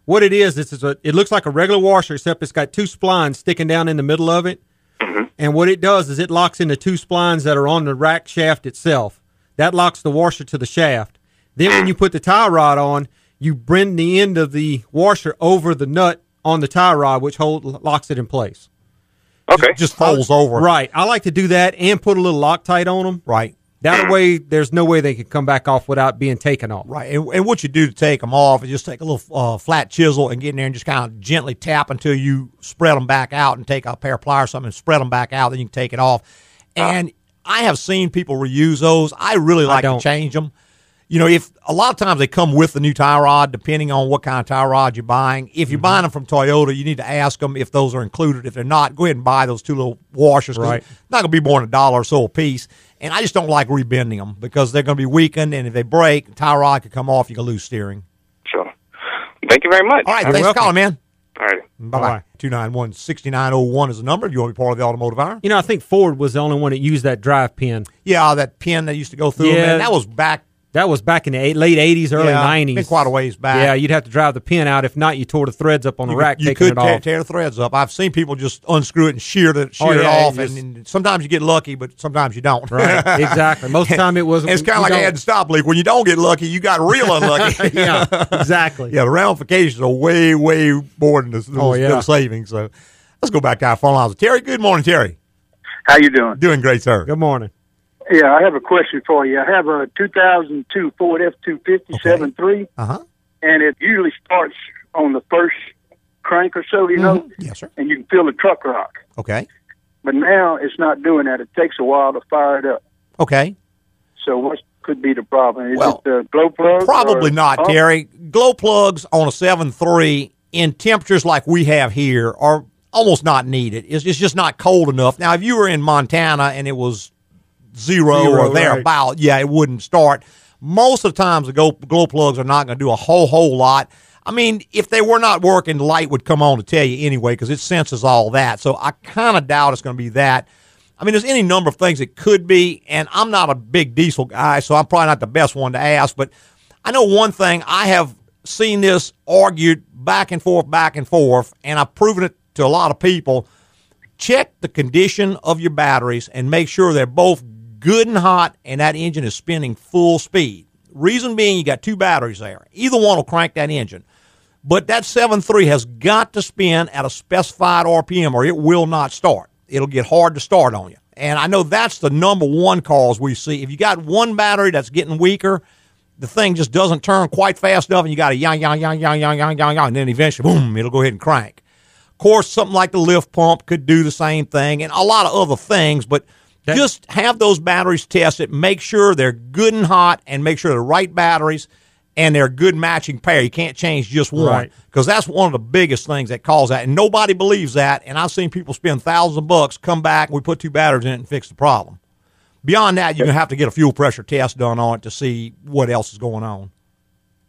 S2: What it is, this is a it looks like a regular washer, except it's got two splines sticking down in the middle of it.
S1: Mm-hmm.
S2: And what it does is it locks into two splines that are on the rack shaft itself. That locks the washer to the shaft. Then when you put the tie rod on, you bend the end of the washer over the nut on the tie rod, which hold, locks it in place.
S7: Okay.
S1: Just folds over.
S2: Right. I like to do that and put a little Loctite on them.
S1: Right.
S2: That way, there's no way they can come back off without being taken off.
S1: Right, and, and what you do to take them off is just take a little uh, flat chisel and get in there and just kind of gently tap until you spread them back out, and take a pair of pliers or something and spread them back out. Then you can take it off. And I have seen people reuse those. I really like to
S2: don't.
S1: change them. You know, if a lot of times they come with the new tie rod, depending on what kind of tie rod you're buying. If
S2: Mm-hmm.
S1: you're buying them from Toyota, you need to ask them if those are included. If they're not, go ahead and buy those two little washers. 'cause
S2: Right.
S1: it's Not going to be more than a dollar or so a piece. And I just don't like rebending them because they're going to be weakened, and if they break, tie rod could come off. You can lose steering.
S7: So, thank you very much.
S1: All right,
S2: You're
S1: thanks for
S2: welcome.
S1: calling, man.
S7: All right.
S1: Bye bye.
S2: Bye-bye.
S1: 291 6901 is the number. You want to be part of the automotive iron?
S2: You know, I think Ford was the only one that used that drive pin.
S1: Yeah, that pin that used to go through 'em,
S2: Yeah.
S1: man, that was back
S2: That was back in the eight, late '80s, early
S1: Yeah,
S2: '90s.
S1: been quite a ways back.
S2: Yeah, you'd have to drive the pin out. If not, you tore the threads up on the
S1: you
S2: rack,
S1: could, you
S2: taking
S1: could
S2: it
S1: tear,
S2: off.
S1: tear the threads up. I've seen people just unscrew it and shear it, shear
S2: Oh,
S1: it
S2: yeah,
S1: off,
S2: it's-
S1: and, and sometimes you get lucky, but sometimes you don't.
S2: [laughs] right, exactly. Most of the time, it was.
S1: it's kind
S2: you
S1: of like
S2: don't-
S1: a head stop leak. When you don't get lucky, you got real unlucky. [laughs]
S2: [laughs] yeah, exactly.
S1: yeah, the ramifications are way, way more than this little,
S2: Oh, yeah.
S1: little savings. So let's go back to our phone lines. Terry, good morning, Terry.
S10: How you doing?
S1: Doing great, sir.
S2: Good morning.
S10: Yeah, I have a question for you. I have a 2002 Ford F250 seven three,
S1: Uh huh.
S10: and it usually starts on the first crank or so, you know,
S8: Mm-hmm.
S1: Yes, sir.
S10: and you can feel the truck rock.
S1: Okay.
S10: But now it's not doing that. It takes a while to fire it up.
S1: Okay.
S10: So what could be the problem? Is
S1: Well,
S10: it the glow plug?
S1: Probably
S10: or-
S1: not,
S10: Oh,
S1: Terry. Glow plugs on a seven three in temperatures like we have here are almost not needed. It's, it's just not cold enough. Now, if you were in Montana and it was zero,
S2: Zero,
S1: or
S2: right.
S1: thereabout, yeah, it wouldn't start. Most of the times, the glow, glow plugs are not going to do a whole, whole lot. I mean, if they were not working, the light would come on to tell you anyway because it senses all that. So I kind of doubt it's going to be that. I mean, there's any number of things it could be, and I'm not a big diesel guy, so I'm probably not the best one to ask. But I know one thing I have seen this argued back and forth, back and forth, and I've proven it to a lot of people. Check the condition of your batteries and make sure they're both good and hot and that engine is spinning full speed. Reason being, you got two batteries there. Either one will crank that engine. But that 7.3 has got to spin at a specified RPM or it will not start. It'll get hard to start on you. And I know that's the number one cause we see. If you got one battery that's getting weaker, the thing just doesn't turn quite fast enough and you got to yang, yang, yang, yang, yang, yang, yang, yang, and then eventually, boom, it'll go ahead and crank. Of course, something like the lift pump could do the same thing and a lot of other things, but just have those batteries tested. Make sure they're good and hot and make sure they're right batteries and they're a good matching pair. You can't change just one
S2: Right.
S1: because that's one of the biggest things that cause that. And nobody believes that. And I've seen people spend thousands of bucks, come back, we put two batteries in it and fix the problem. Beyond that, you're going to have to get a fuel pressure test done on it to see what else is going on.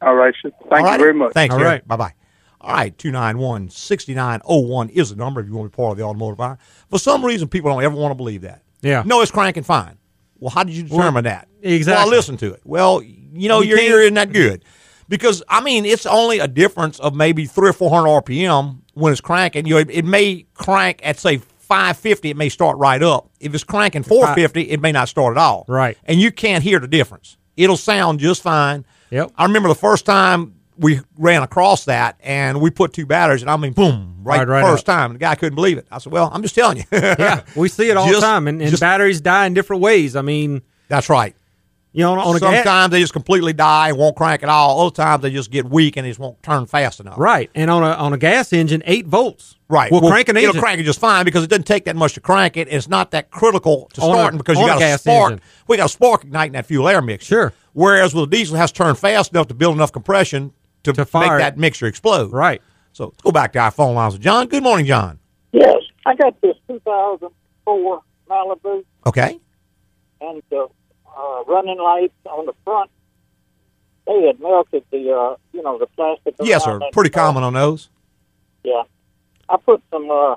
S10: All right, sir. Thank
S1: All
S10: you
S1: right.
S10: very much.
S1: Thanks,
S2: All
S1: Jerry.
S2: right.
S1: Bye bye. All right, 291 6901 is the number if you want to be part of the automotive iron. For some reason, people don't ever want to believe that.
S2: Yeah.
S1: No, it's cranking fine. Well, how did you determine that?
S2: exactly.
S1: Well, I listened to it. Well, you know,
S2: You
S1: your
S2: can't-
S1: ear isn't that good. Because, I mean, it's only a difference of maybe three or 400 RPM when it's cranking. You know, it, it may crank at, say, 550, it may start right up. If it's cranking 450, it may not start at all.
S2: Right.
S1: And you can't hear the difference. It'll sound just fine.
S2: Yep.
S1: I remember the first time we ran across that and we put two batteries and I mean boom right,
S2: Right, right
S1: first
S2: up.
S1: time. The guy couldn't believe it. I said, Well, I'm just telling you.
S2: [laughs] Yeah, we see it all
S1: Just-
S2: the time, and, and
S1: just-
S2: batteries die in different ways. I mean,
S1: That's right.
S2: you know, on, on a gas-
S1: Sometimes they just completely die and won't crank at all. Other times they just get weak and it just won't turn fast enough.
S2: right, and on a on a gas engine, eight volts.
S1: Right.
S2: will crank an engine.
S1: It'll crank it just fine because it doesn't take that much to crank it. It's not that critical to
S2: On a-
S1: starting because you
S2: on a
S1: got a
S2: gas
S1: spark.
S2: engine.
S1: We got a spark igniting that fuel air mixture.
S2: Sure.
S1: Whereas with a diesel, it has to turn fast enough to build enough compression to,
S2: To
S1: make
S2: fire it.
S1: that mixture explode.
S2: Right.
S1: So let's go back to our phone lines. John, good morning, John.
S11: Yes, I got this 2004 Malibu
S1: Okay.
S11: and the uh, running lights on the front. They had melted the, uh, you know, the plastic.
S1: Yes,
S11: around
S1: sir.
S11: that
S1: Pretty
S11: car.
S1: common on those.
S11: Yeah, I put some uh,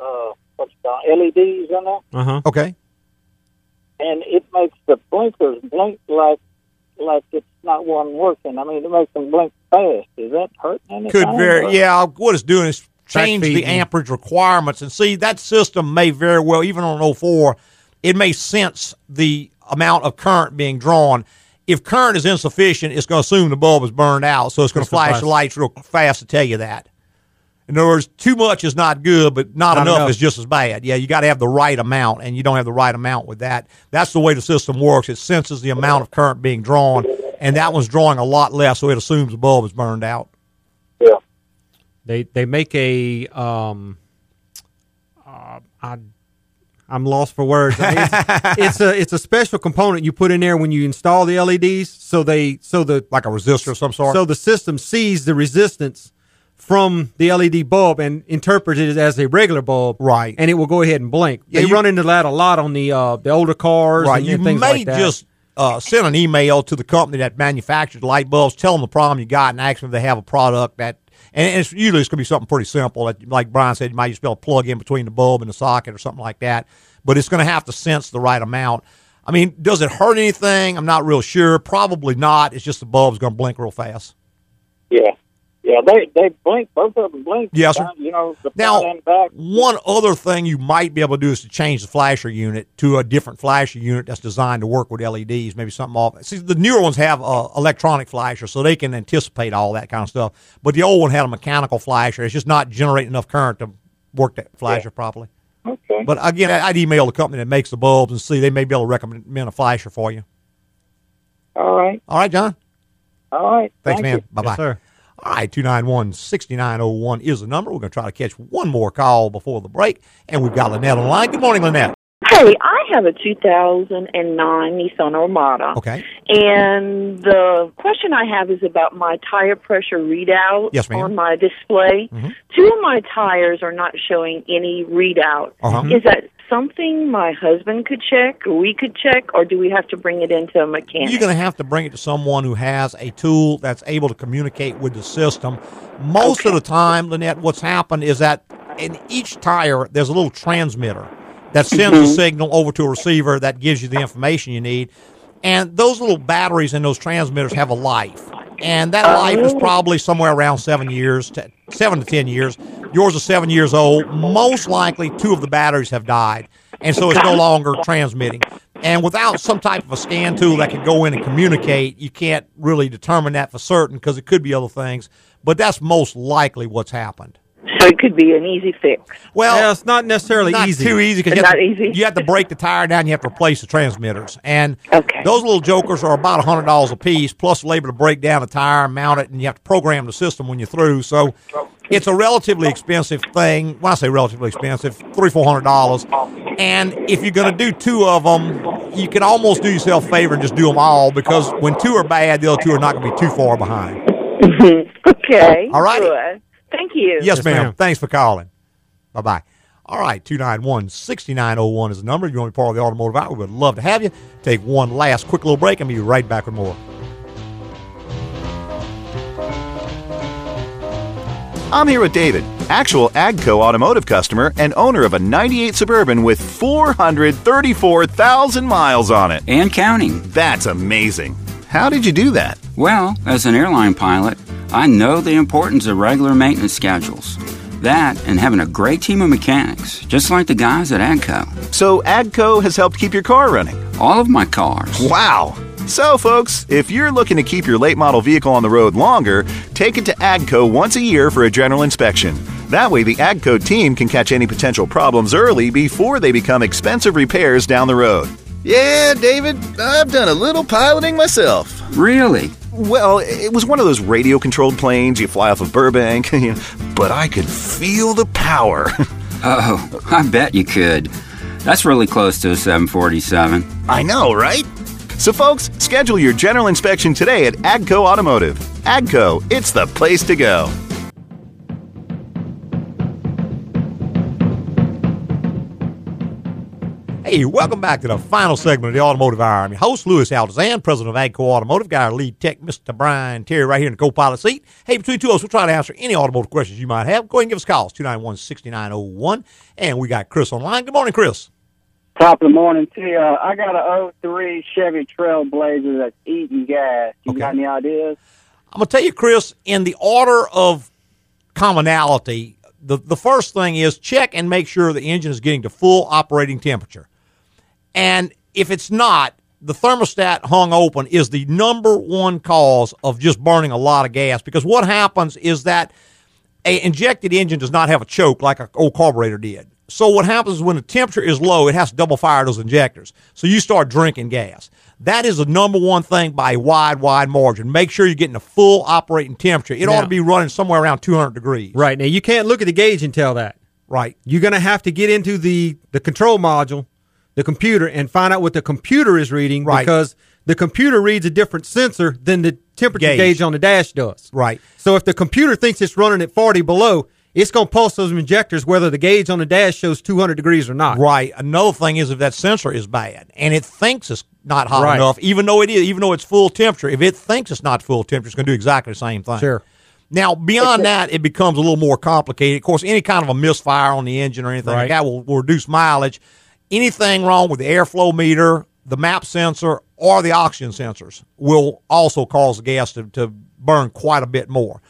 S11: uh, what's it called, LEDs in there,
S2: Uh huh.
S1: Okay.
S11: and it makes the blinkers blink like like it's not one working. I mean, it makes them blink fast. Is that hurting anything?
S1: Could
S11: or-
S1: vary. Yeah, what it's doing is change the
S2: feeding.
S1: amperage requirements. And see, that system may very well, even on 04, it may sense the amount of current being drawn. If current is insufficient, it's going to assume the bulb is burned out, so it's going to
S2: gonna
S1: flash
S2: flash.
S1: the lights real fast to tell you that. In other words, too much is not good, but not,
S2: Not
S1: enough,
S2: enough.
S1: is just as bad. Yeah, you got to have the right amount, and you don't have the right amount with that. That's the way the system works. It senses the amount of current being drawn, and that one's drawing a lot less, so it assumes the bulb is burned out.
S2: They they make a um, uh, I, I'm lost for words. I mean, it's, it's a it's a special component you put in there when you install the LEDs, so they so the
S1: like a resistor of some sort.
S2: So the system sees the resistance from the LED bulb and interprets it as a regular bulb,
S1: right?
S2: And it will go ahead and blink. they run into that a lot on the uh, the older cars,
S1: Right.
S2: And,
S1: You
S2: and things
S1: may
S2: like that.
S1: just uh, send an email to the company that manufactured light bulbs, tell them the problem you got, and ask them if they have a product that. And it's usually it's going to be something pretty simple. Like- Like Brian said, you might just be able to plug in between the bulb and the socket or something like that. But it's going to have to sense the right amount. I mean, does it hurt anything? I'm not real sure. Probably not. It's just the bulb's going to blink real fast.
S11: Yeah, yeah. They they blink. Both of them blink. Uh,
S1: Yes, sir.
S11: You know the
S1: Now-
S11: front and back.
S1: One other thing you might be able to do is to change the flasher unit to a different flasher unit that's designed to work with LEDs, maybe something off. See, the newer ones have a electronic flasher, so they can anticipate all that kind of stuff. But the old one had a mechanical flasher. It's just not generating enough current to work that flasher properly.
S11: Okay.
S1: But again, I- I'd email the company that makes the bulbs and see they may be able to recommend a flasher for you.
S11: All right.
S1: All right, John.
S11: All right.
S1: Thanks,
S11: Thank
S1: man.
S11: you.
S1: Bye bye. All right, 291 6901 is the number. We're going to try to catch one more call before the break. And we've got Lynette on the line. Good morning, Lynette.
S12: Hey, I have a 2009 Nissan Armada.
S1: Okay.
S12: And the question I have is about my tire pressure readout
S13: Yes, ma'am.
S12: on my display.
S1: Mm-hmm.
S13: Mhm.
S12: Two of my tires are not showing any readout.
S13: Uh-huh.
S12: Is that something my husband could check, or we could check, or do we have to bring it into a mechanic?
S1: You're going to have to bring it to someone who has a tool that's able to communicate with the system. Most of the time, Lynette, what's happened is that in each tire, there's a little transmitter that sends a
S14: Mhm.
S1: signal over to a receiver that gives you the information you need. And those little batteries in those transmitters have a life. And that life is probably somewhere around seven years, to, seven to 10 years. Yours is seven years old. Most likely, two of the batteries have died. And so it's no longer transmitting. And without some type of a scan tool that can go in and communicate, you can't really determine that for certain because it could be other things. But that's most likely what's happened.
S12: So it could be an easy fix.
S1: Well,
S2: yeah, it's not necessarily
S1: not
S2: easy.
S1: too easy. 'cause you have to- You have to break the tire down. You have to replace the transmitters, and those little jokers are about hundred dollars a piece, plus labor to break down the tire, mount it, and you have to program the system when you're through. So it's a relatively expensive thing. When I say relatively expensive, three four hundred dollars. And if you're going to do two of them, you can almost do yourself a favor and just do them all because when two are bad, the other two are not going to be too far behind.
S12: [laughs] Okay.
S1: All right.
S12: Good. Thank you.
S1: Yes, ma'am. Thanks for calling. Bye bye. All right, 291 6901 is the number. If you want to be part of the automotive hour, we would love to have you. Take one last quick little break and be right back with more.
S4: I'm here with David, actual AGCO automotive customer and owner of a 98 Suburban with 434,000 miles on it.
S15: And counting.
S4: That's amazing. How did you do that?
S15: Well, as an airline pilot, I know the importance of regular maintenance schedules. That and having a great team of mechanics, just like the guys at AGCO.
S4: So, AGCO has helped keep your car running?
S15: All of my cars.
S4: Wow. So, folks, if you're looking to keep your late model vehicle on the road longer, take it to AGCO once a year for a general inspection. That way, the AGCO team can catch any potential problems early before they become expensive repairs down the road. Yeah, David, I've done a little piloting myself.
S15: Really?
S4: Well, it was one of those radio controlled planes you fly off of Burbank, [laughs] but I could feel the power. [laughs]
S15: Oh, I bet you could. That's really close to a 747.
S4: I know, right? So, folks, schedule your general inspection today at AGCO Automotive. AGCO, it's the place to go.
S1: Hey, welcome back to the final segment of the Automotive Hour. I'm your host, Louis Aldezan, president of AGCO Automotive. Got our lead tech, Mr. Brian Terry, right here in the co pilot seat. Hey, between two of us, we'll try to answer any automotive questions you might have. Go ahead and give us calls, 291 6901. And we got Chris online. Good morning, Chris.
S16: Top of the morning to you. I got a 03 Chevy Trailblazer that's eating gas. You got any ideas?
S1: I'm gonna tell you, Chris, in the order of commonality, the, the first thing is check and make sure the engine is getting to full operating temperature. And if it's not, the thermostat hung open is the number one cause of just burning a lot of gas because what happens is that a injected engine does not have a choke like an old carburetor did. So what happens is when the temperature is low, it has to double fire those injectors. So you start drinking gas. That is the number one thing by a wide, wide margin. Make sure you're getting a full operating temperature. It ought
S2: Now-
S1: to be running somewhere around 200 degrees.
S2: Right. Now, you can't look at the gauge and tell that.
S1: Right.
S2: You're going to have to get into the, the control module, the computer, and find out what the computer is reading
S1: Right.
S2: because the computer reads a different sensor than the temperature
S1: Gauge.
S2: gauge, on the dash does.
S1: Right.
S2: So if the computer thinks it's running at 40 below, it's going to pulse those injectors whether the gauge on the dash shows 200 degrees or not.
S1: Right. Another thing is if that sensor is bad and it thinks it's not hot
S2: Right.
S1: enough, even though it is, even though it's full temperature, if it thinks it's not full temperature, it's going to do exactly the same thing.
S2: Sure.
S1: Now, beyond that, it becomes a little more complicated. Of course, any kind of a misfire on the engine or anything like
S2: Right.
S1: that will, will reduce mileage. Anything wrong with the airflow meter, the map sensor, or the oxygen sensors will also cause the gas to, to burn quite a bit more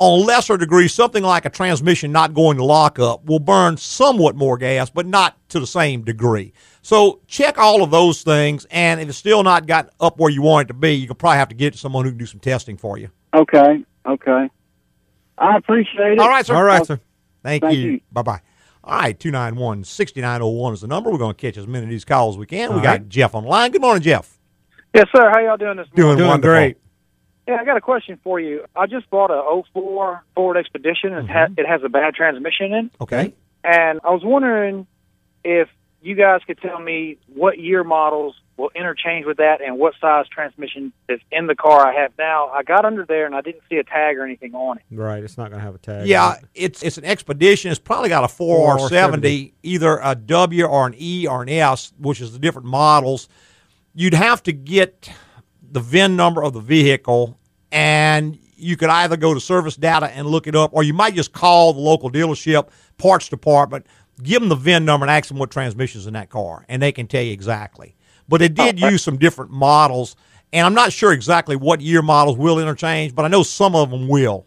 S1: on a lesser degree, something like a transmission not going to lock up will burn somewhat more gas, but not to the same degree. So check all of those things, and if it's still not got up where you want it to be, you could probably have to get someone who can do some testing for you.
S16: Okay, okay. I appreciate it.
S1: All right, sir.
S2: All right, sir.
S1: Thank,
S16: Thank
S1: you.
S16: you.
S1: Bye bye. All right, 291 6901 is the number. We're going to catch as many of these calls as we can. we
S2: All
S1: got
S2: right.
S1: Jeff on the line. Good morning, Jeff.
S13: Yes, sir. How y'all doing this morning?
S1: Doing, wonderful.
S2: great.
S13: Yeah, I got a question for you. I just bought a 04 Ford Expedition. It, ha- it has a bad transmission in,
S1: Mm-hmm. Okay.
S13: and I was wondering if you guys could tell me what year models will interchange with that and what size transmission is in the car I have now. I got under there and I didn't see a tag or anything on it.
S2: Right. It's not going to have a tag.
S1: Yeah, it's it's an expedition. It's probably got a Uh, four R seventy, either a W or an E or an S, which is the different models. You'd have to get the VIN number of the vehicle, and you could either go to service data and look it up, or you might just call the local dealership parts department, give them the VIN number, and ask them what transmission's in that car, and they can tell you exactly. Oh, But it did use some different models, and I'm not sure exactly what year models will interchange, but I know some of them will.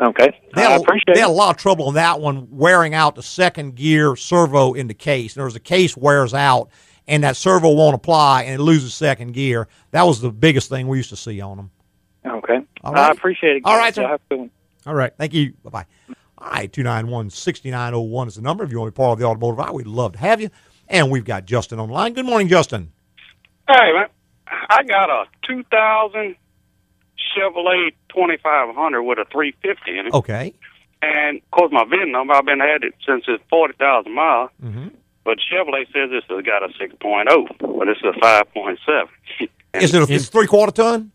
S13: Okay.
S1: They had, a- they had a lot of trouble on that one wearing out the second gear servo in the case. In other words, the case wears out and that servo won't apply and it loses second gear. That was the biggest thing we used to see on them.
S13: Okay.
S1: All right.
S13: I appreciate it.
S1: All right,
S13: guys.
S1: sir.
S13: Y'all have a good one.
S2: All right.
S1: Thank you. Bye bye. All right, 291 6901 is the number. If you want to be part of the automotive hour, we'd love to have you. And we've got Justin on the line. Good morning, Justin.
S14: Hey man, I got a 2000 Chevrolet 2500 with a 350 in it,
S1: Okay.
S14: and of course my VIN number. I've been had it since it's 40,000 miles,
S1: Mhm.
S14: but Chevrolet says this has got a 6.0, but it's a 5.7.
S1: Is it a it's three quarter ton?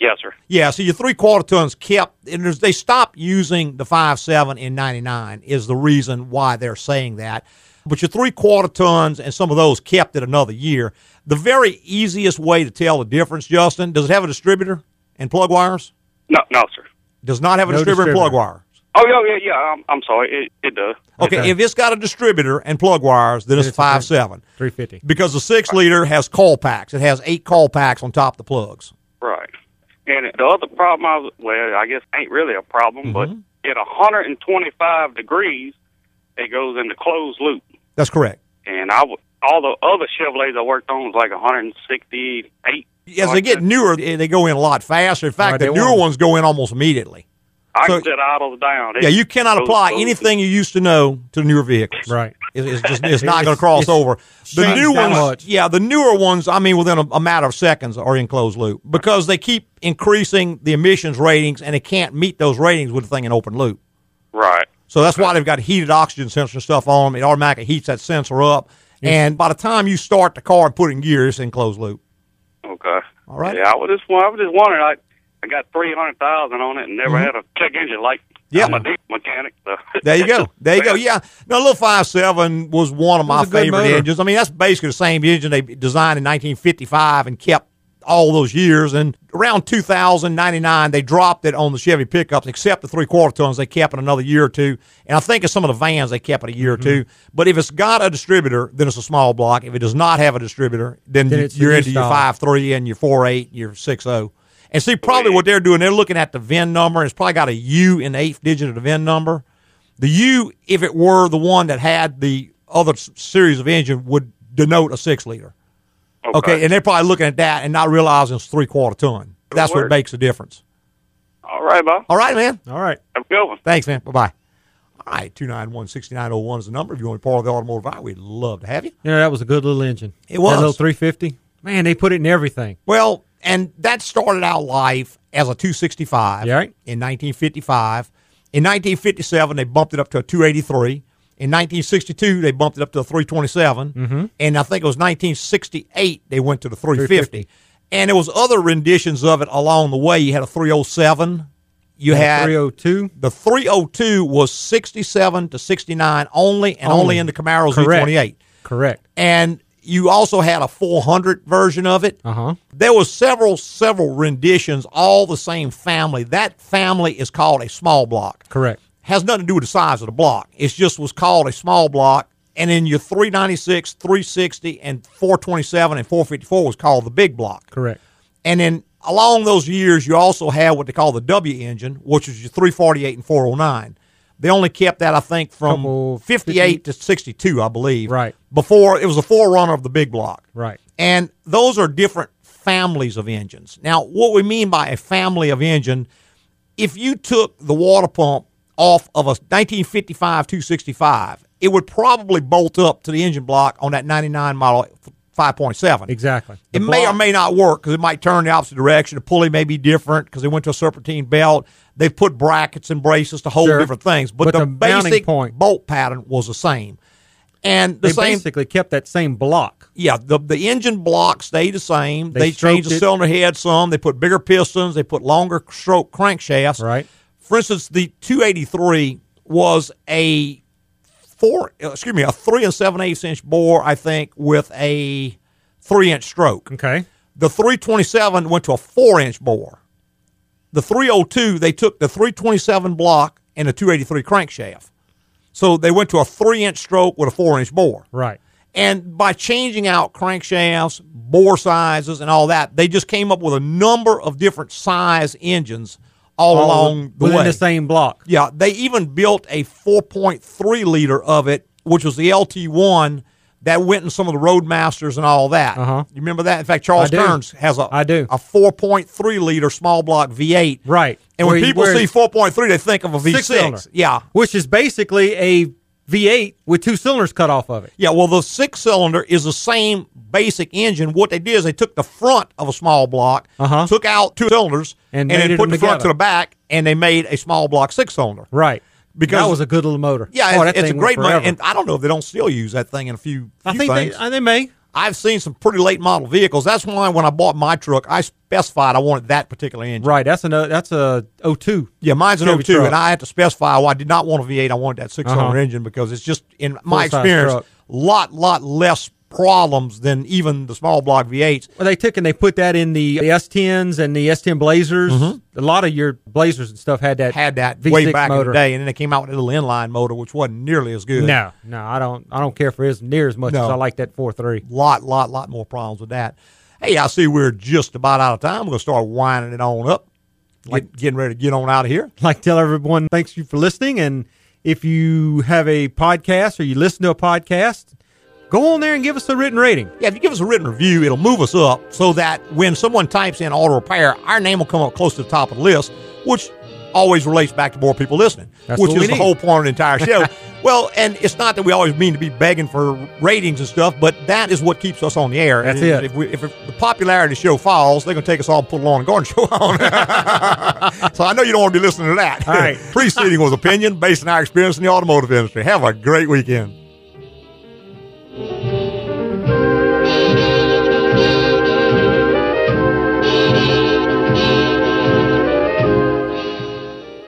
S14: Yes, sir.
S1: Yeah, so your three quarter tons kept, and there's- they stopped using the five seven in '99 is the reason why they're saying that. But your three quarter tons and some of those kept it another year. The very easiest way to tell the difference, Justin, does it have a distributor and plug wires?
S14: No, no, sir.
S1: Does not have a
S14: No
S1: distributor, and plug
S14: distributor.
S1: wire.
S14: Oh yeah, yeah, yeah. I'm, I'm sorry. It, it does.
S1: Okay, if it's got a distributor and plug wires, then it's, five seven
S2: 350.
S1: because the six liter has call packs. It has eight call packs on top of the plugs.
S14: Right. And the other problem, I was, well, I guess ain't really a problem, but at 125 degrees, it goes into closed loop.
S1: That's correct.
S14: And I w- all the other Chevrolets I worked on was like 168.
S1: As they get newer, eh, they go in a lot faster. In fact,
S14: Right,
S1: the
S14: they
S1: newer
S14: won't.
S1: ones go in almost immediately.
S14: I
S1: So-
S14: can set idles down. It
S1: yeah, you cannot
S14: goes
S1: apply
S14: closed.
S1: anything you used to know to the newer vehicles. Right. It's, it's just it's not going
S2: It's-
S1: to cross
S2: it's
S1: over. The
S2: changed
S1: new
S2: that
S1: ones,
S2: much.
S1: yeah, the newer ones. I mean, within a, a matter of seconds, are in closed loop because they keep increasing the emissions ratings, and it can't meet those ratings with the thing in open loop.
S14: Right.
S1: So that's why they've got heated oxygen sensor and stuff on them. It automatically heats that sensor up, and by the time you start the car and put it in gear, it's in closed loop.
S14: Okay.
S1: All right.
S14: Yeah, I was just, wa- I was just wondering. I, I got 300000 on it and never
S1: Mhm.
S2: Mm-hmm.
S14: had a check engine light.
S1: Yeah.
S14: I'm a deep mechanic. So. [laughs]
S1: There you go. There you go. Yeah. Now, little five seven was one of my
S14: was a good
S1: favorite
S14: motor.
S1: engines. I mean, that's basically the same engine they designed in 1955 and kept all those years. And around 2099, they dropped it on the Chevy pickups, except the three quarter tons they kept it another year or two. And I think of some of the vans they kept it a year
S2: Mhm.
S1: or two. But if it's got a distributor, then it's a small block. If it does not have a distributor, then,
S2: Then
S1: you-
S2: it's the
S1: you're
S2: new
S1: into your
S2: style.
S1: five three and your four eight, your six zero. And see, probably what they're doing, they're looking at the VIN number. It's probably got a U in the eighth digit of the VIN number. The U, if it were the one that had the other s- series of engine, would denote a six liter. Okay. and they're probably looking at that and not realizing it's three quarter ton. That's what
S14: word.
S1: makes the difference.
S14: All right, Bob.
S1: All right, man.
S2: All right.
S14: Have a good one.
S1: Thanks, man. Bye bye. All right, 291 6901 is the number. If you want to be part of the automotive hour, we'd love to have you.
S2: You know, that was a good little engine.
S1: It was.
S2: That little 350. Man, they put it in everything.
S1: Well, and that started out life as a 265 in 1955. In 1957, they bumped it up to a 283. In 1962, they bumped it up to a 327.
S2: Mhm.
S1: And I think it was 1968 they went to the 350.
S2: 350.
S1: And there was other renditions of it along the way. You had a 307. You
S2: And a
S1: had
S2: 302.
S1: The 302 was 67 to 69 only, and only,
S2: Only.
S1: in the Camaro
S2: Correct.
S1: Z28
S2: Correct.
S1: and you also had a 400 version of it.
S2: Uh-huh.
S1: There was several several renditions, all the same family. That family is called a small block.
S2: Correct.
S1: Has nothing to do with the size of the block. It's just was called a small block. And then your 396, 360, and 427 and 454 was called the big block.
S2: Correct.
S1: And then along those years, you also had what they call the W engine, which was your 348 and 409. They only kept that, I think, from 58 to 62, I believe. Right. Before it was a forerunner of the big block.
S2: Right.
S1: And those are different families of engines. Now, what we mean by a family of engine, if you took the water pump off of a 1955 265, it would probably bolt up to the engine block on that 99 model 5.7.
S2: Exactly.
S1: It may or may not work because it might turn the opposite direction. The pulley may be different because they went to a serpentine belt. They put brackets and braces to hold
S2: Sure.
S1: different things, but,
S2: But
S1: the,
S2: the mounting
S1: basic bolt pattern was the same. And the
S2: they
S1: same
S2: basically kept that same block.
S1: yeah, the the engine block stayed the same.
S2: They
S1: They, changed
S2: stroked
S1: the
S2: it.
S1: cylinder head some. They put bigger pistons. They put longer stroke crankshafts. Right. For instance, the 283 was a four. uh, Excuse me, a three and seven eighths inch bore, I think, with a three inch stroke.
S2: Okay.
S1: The 327 went to a four inch bore. The 302, they took the 327 block and the 283 crankshaft. So they went to a three inch stroke with a four inch bore.
S2: Right.
S1: And by changing out crankshafts, bore sizes, and all that, they just came up with a number of different size engines all,
S2: All
S1: along the
S2: within
S1: way.
S2: the same block.
S1: Yeah, they even built a 4.3 liter of it, which was the LT1 that went in some of the Roadmasters and all that. Uh-huh. You remember that? In fact, Charles
S2: I do.
S1: Kearns has a I do. a 4.3 liter small block V8. Right. And
S2: Where
S1: when
S2: you-
S1: people
S2: where-
S1: see 4.3, they think of a V6.
S2: Six-cylinder.
S1: Yeah.
S2: Which is basically a V8 with two cylinders cut off of it.
S1: Yeah, well, the six cylinder is the same basic engine. What they did is they took the front of a small block, uh-huh. took out two cylinders,
S2: And
S1: then
S2: mated
S1: put
S2: them
S1: the front to
S2: together.
S1: the back, and they made a small block six cylinder.
S2: Right.
S1: Because
S2: that was a good little motor.
S1: Yeah, it's,
S2: Oh, that
S1: it's a
S2: thing went
S1: great
S2: forever.
S1: motor, and I don't know if they don't still use that thing in a few.
S2: I
S1: few
S2: think they-
S1: things.
S2: I- they may.
S1: I've seen some pretty late model vehicles. That's why when I bought my truck, I specified I wanted that particular engine.
S2: Right. That's an uh, that's a 02.
S1: Yeah, mine's an
S2: Chevy
S1: 02,
S2: truck.
S1: and I had to specify why I did not want a V8. I wanted that six-cylinder
S2: Uh-huh.
S1: engine because it's just, in my
S2: Full-size
S1: experience,
S2: truck.
S1: lot lot less problems than even the small block V8s.
S2: Well, they took and they put that in the, the S10s and the S10 Blazers. A lot of your Blazers and stuff had that
S1: Had that
S2: V6
S1: way back
S2: motor.
S1: in the day, and then they came out with a little inline motor, which wasn't nearly as good.
S2: No, no, I don't. I don't care for it as near as much
S1: No.
S2: as I like that four three. [laughs]
S1: Lot, lot, lot more problems with that. Hey, I see we're just about out of time. We're gonna start winding it on up, like getting ready to get on out of here.
S2: Like tell everyone, thanks you for listening. And if you have a podcast or you listen to a podcast, go on there and give us a written rating.
S1: Yeah, if you give us a written review, it'll move us up so that when someone types in auto repair, our name will come up close to the top of the list, which always relates back to more people listening,
S2: That's
S1: which
S2: what
S1: is
S2: we
S1: the
S2: need.
S1: whole point of the entire
S2: [laughs]
S1: show. well, and it's not that we always mean to be begging for ratings and stuff, but that is what keeps us on the air.
S2: That's
S1: And
S2: it.
S1: If, we, if the popularity of the show falls, they're going to take us all and put a lawn and garden show [laughs]
S2: [laughs]
S1: on. so I know you don't want to be listening to that. [laughs]
S2: All right.
S1: Preceding was opinion based on our experience in the automotive industry. Have a great weekend.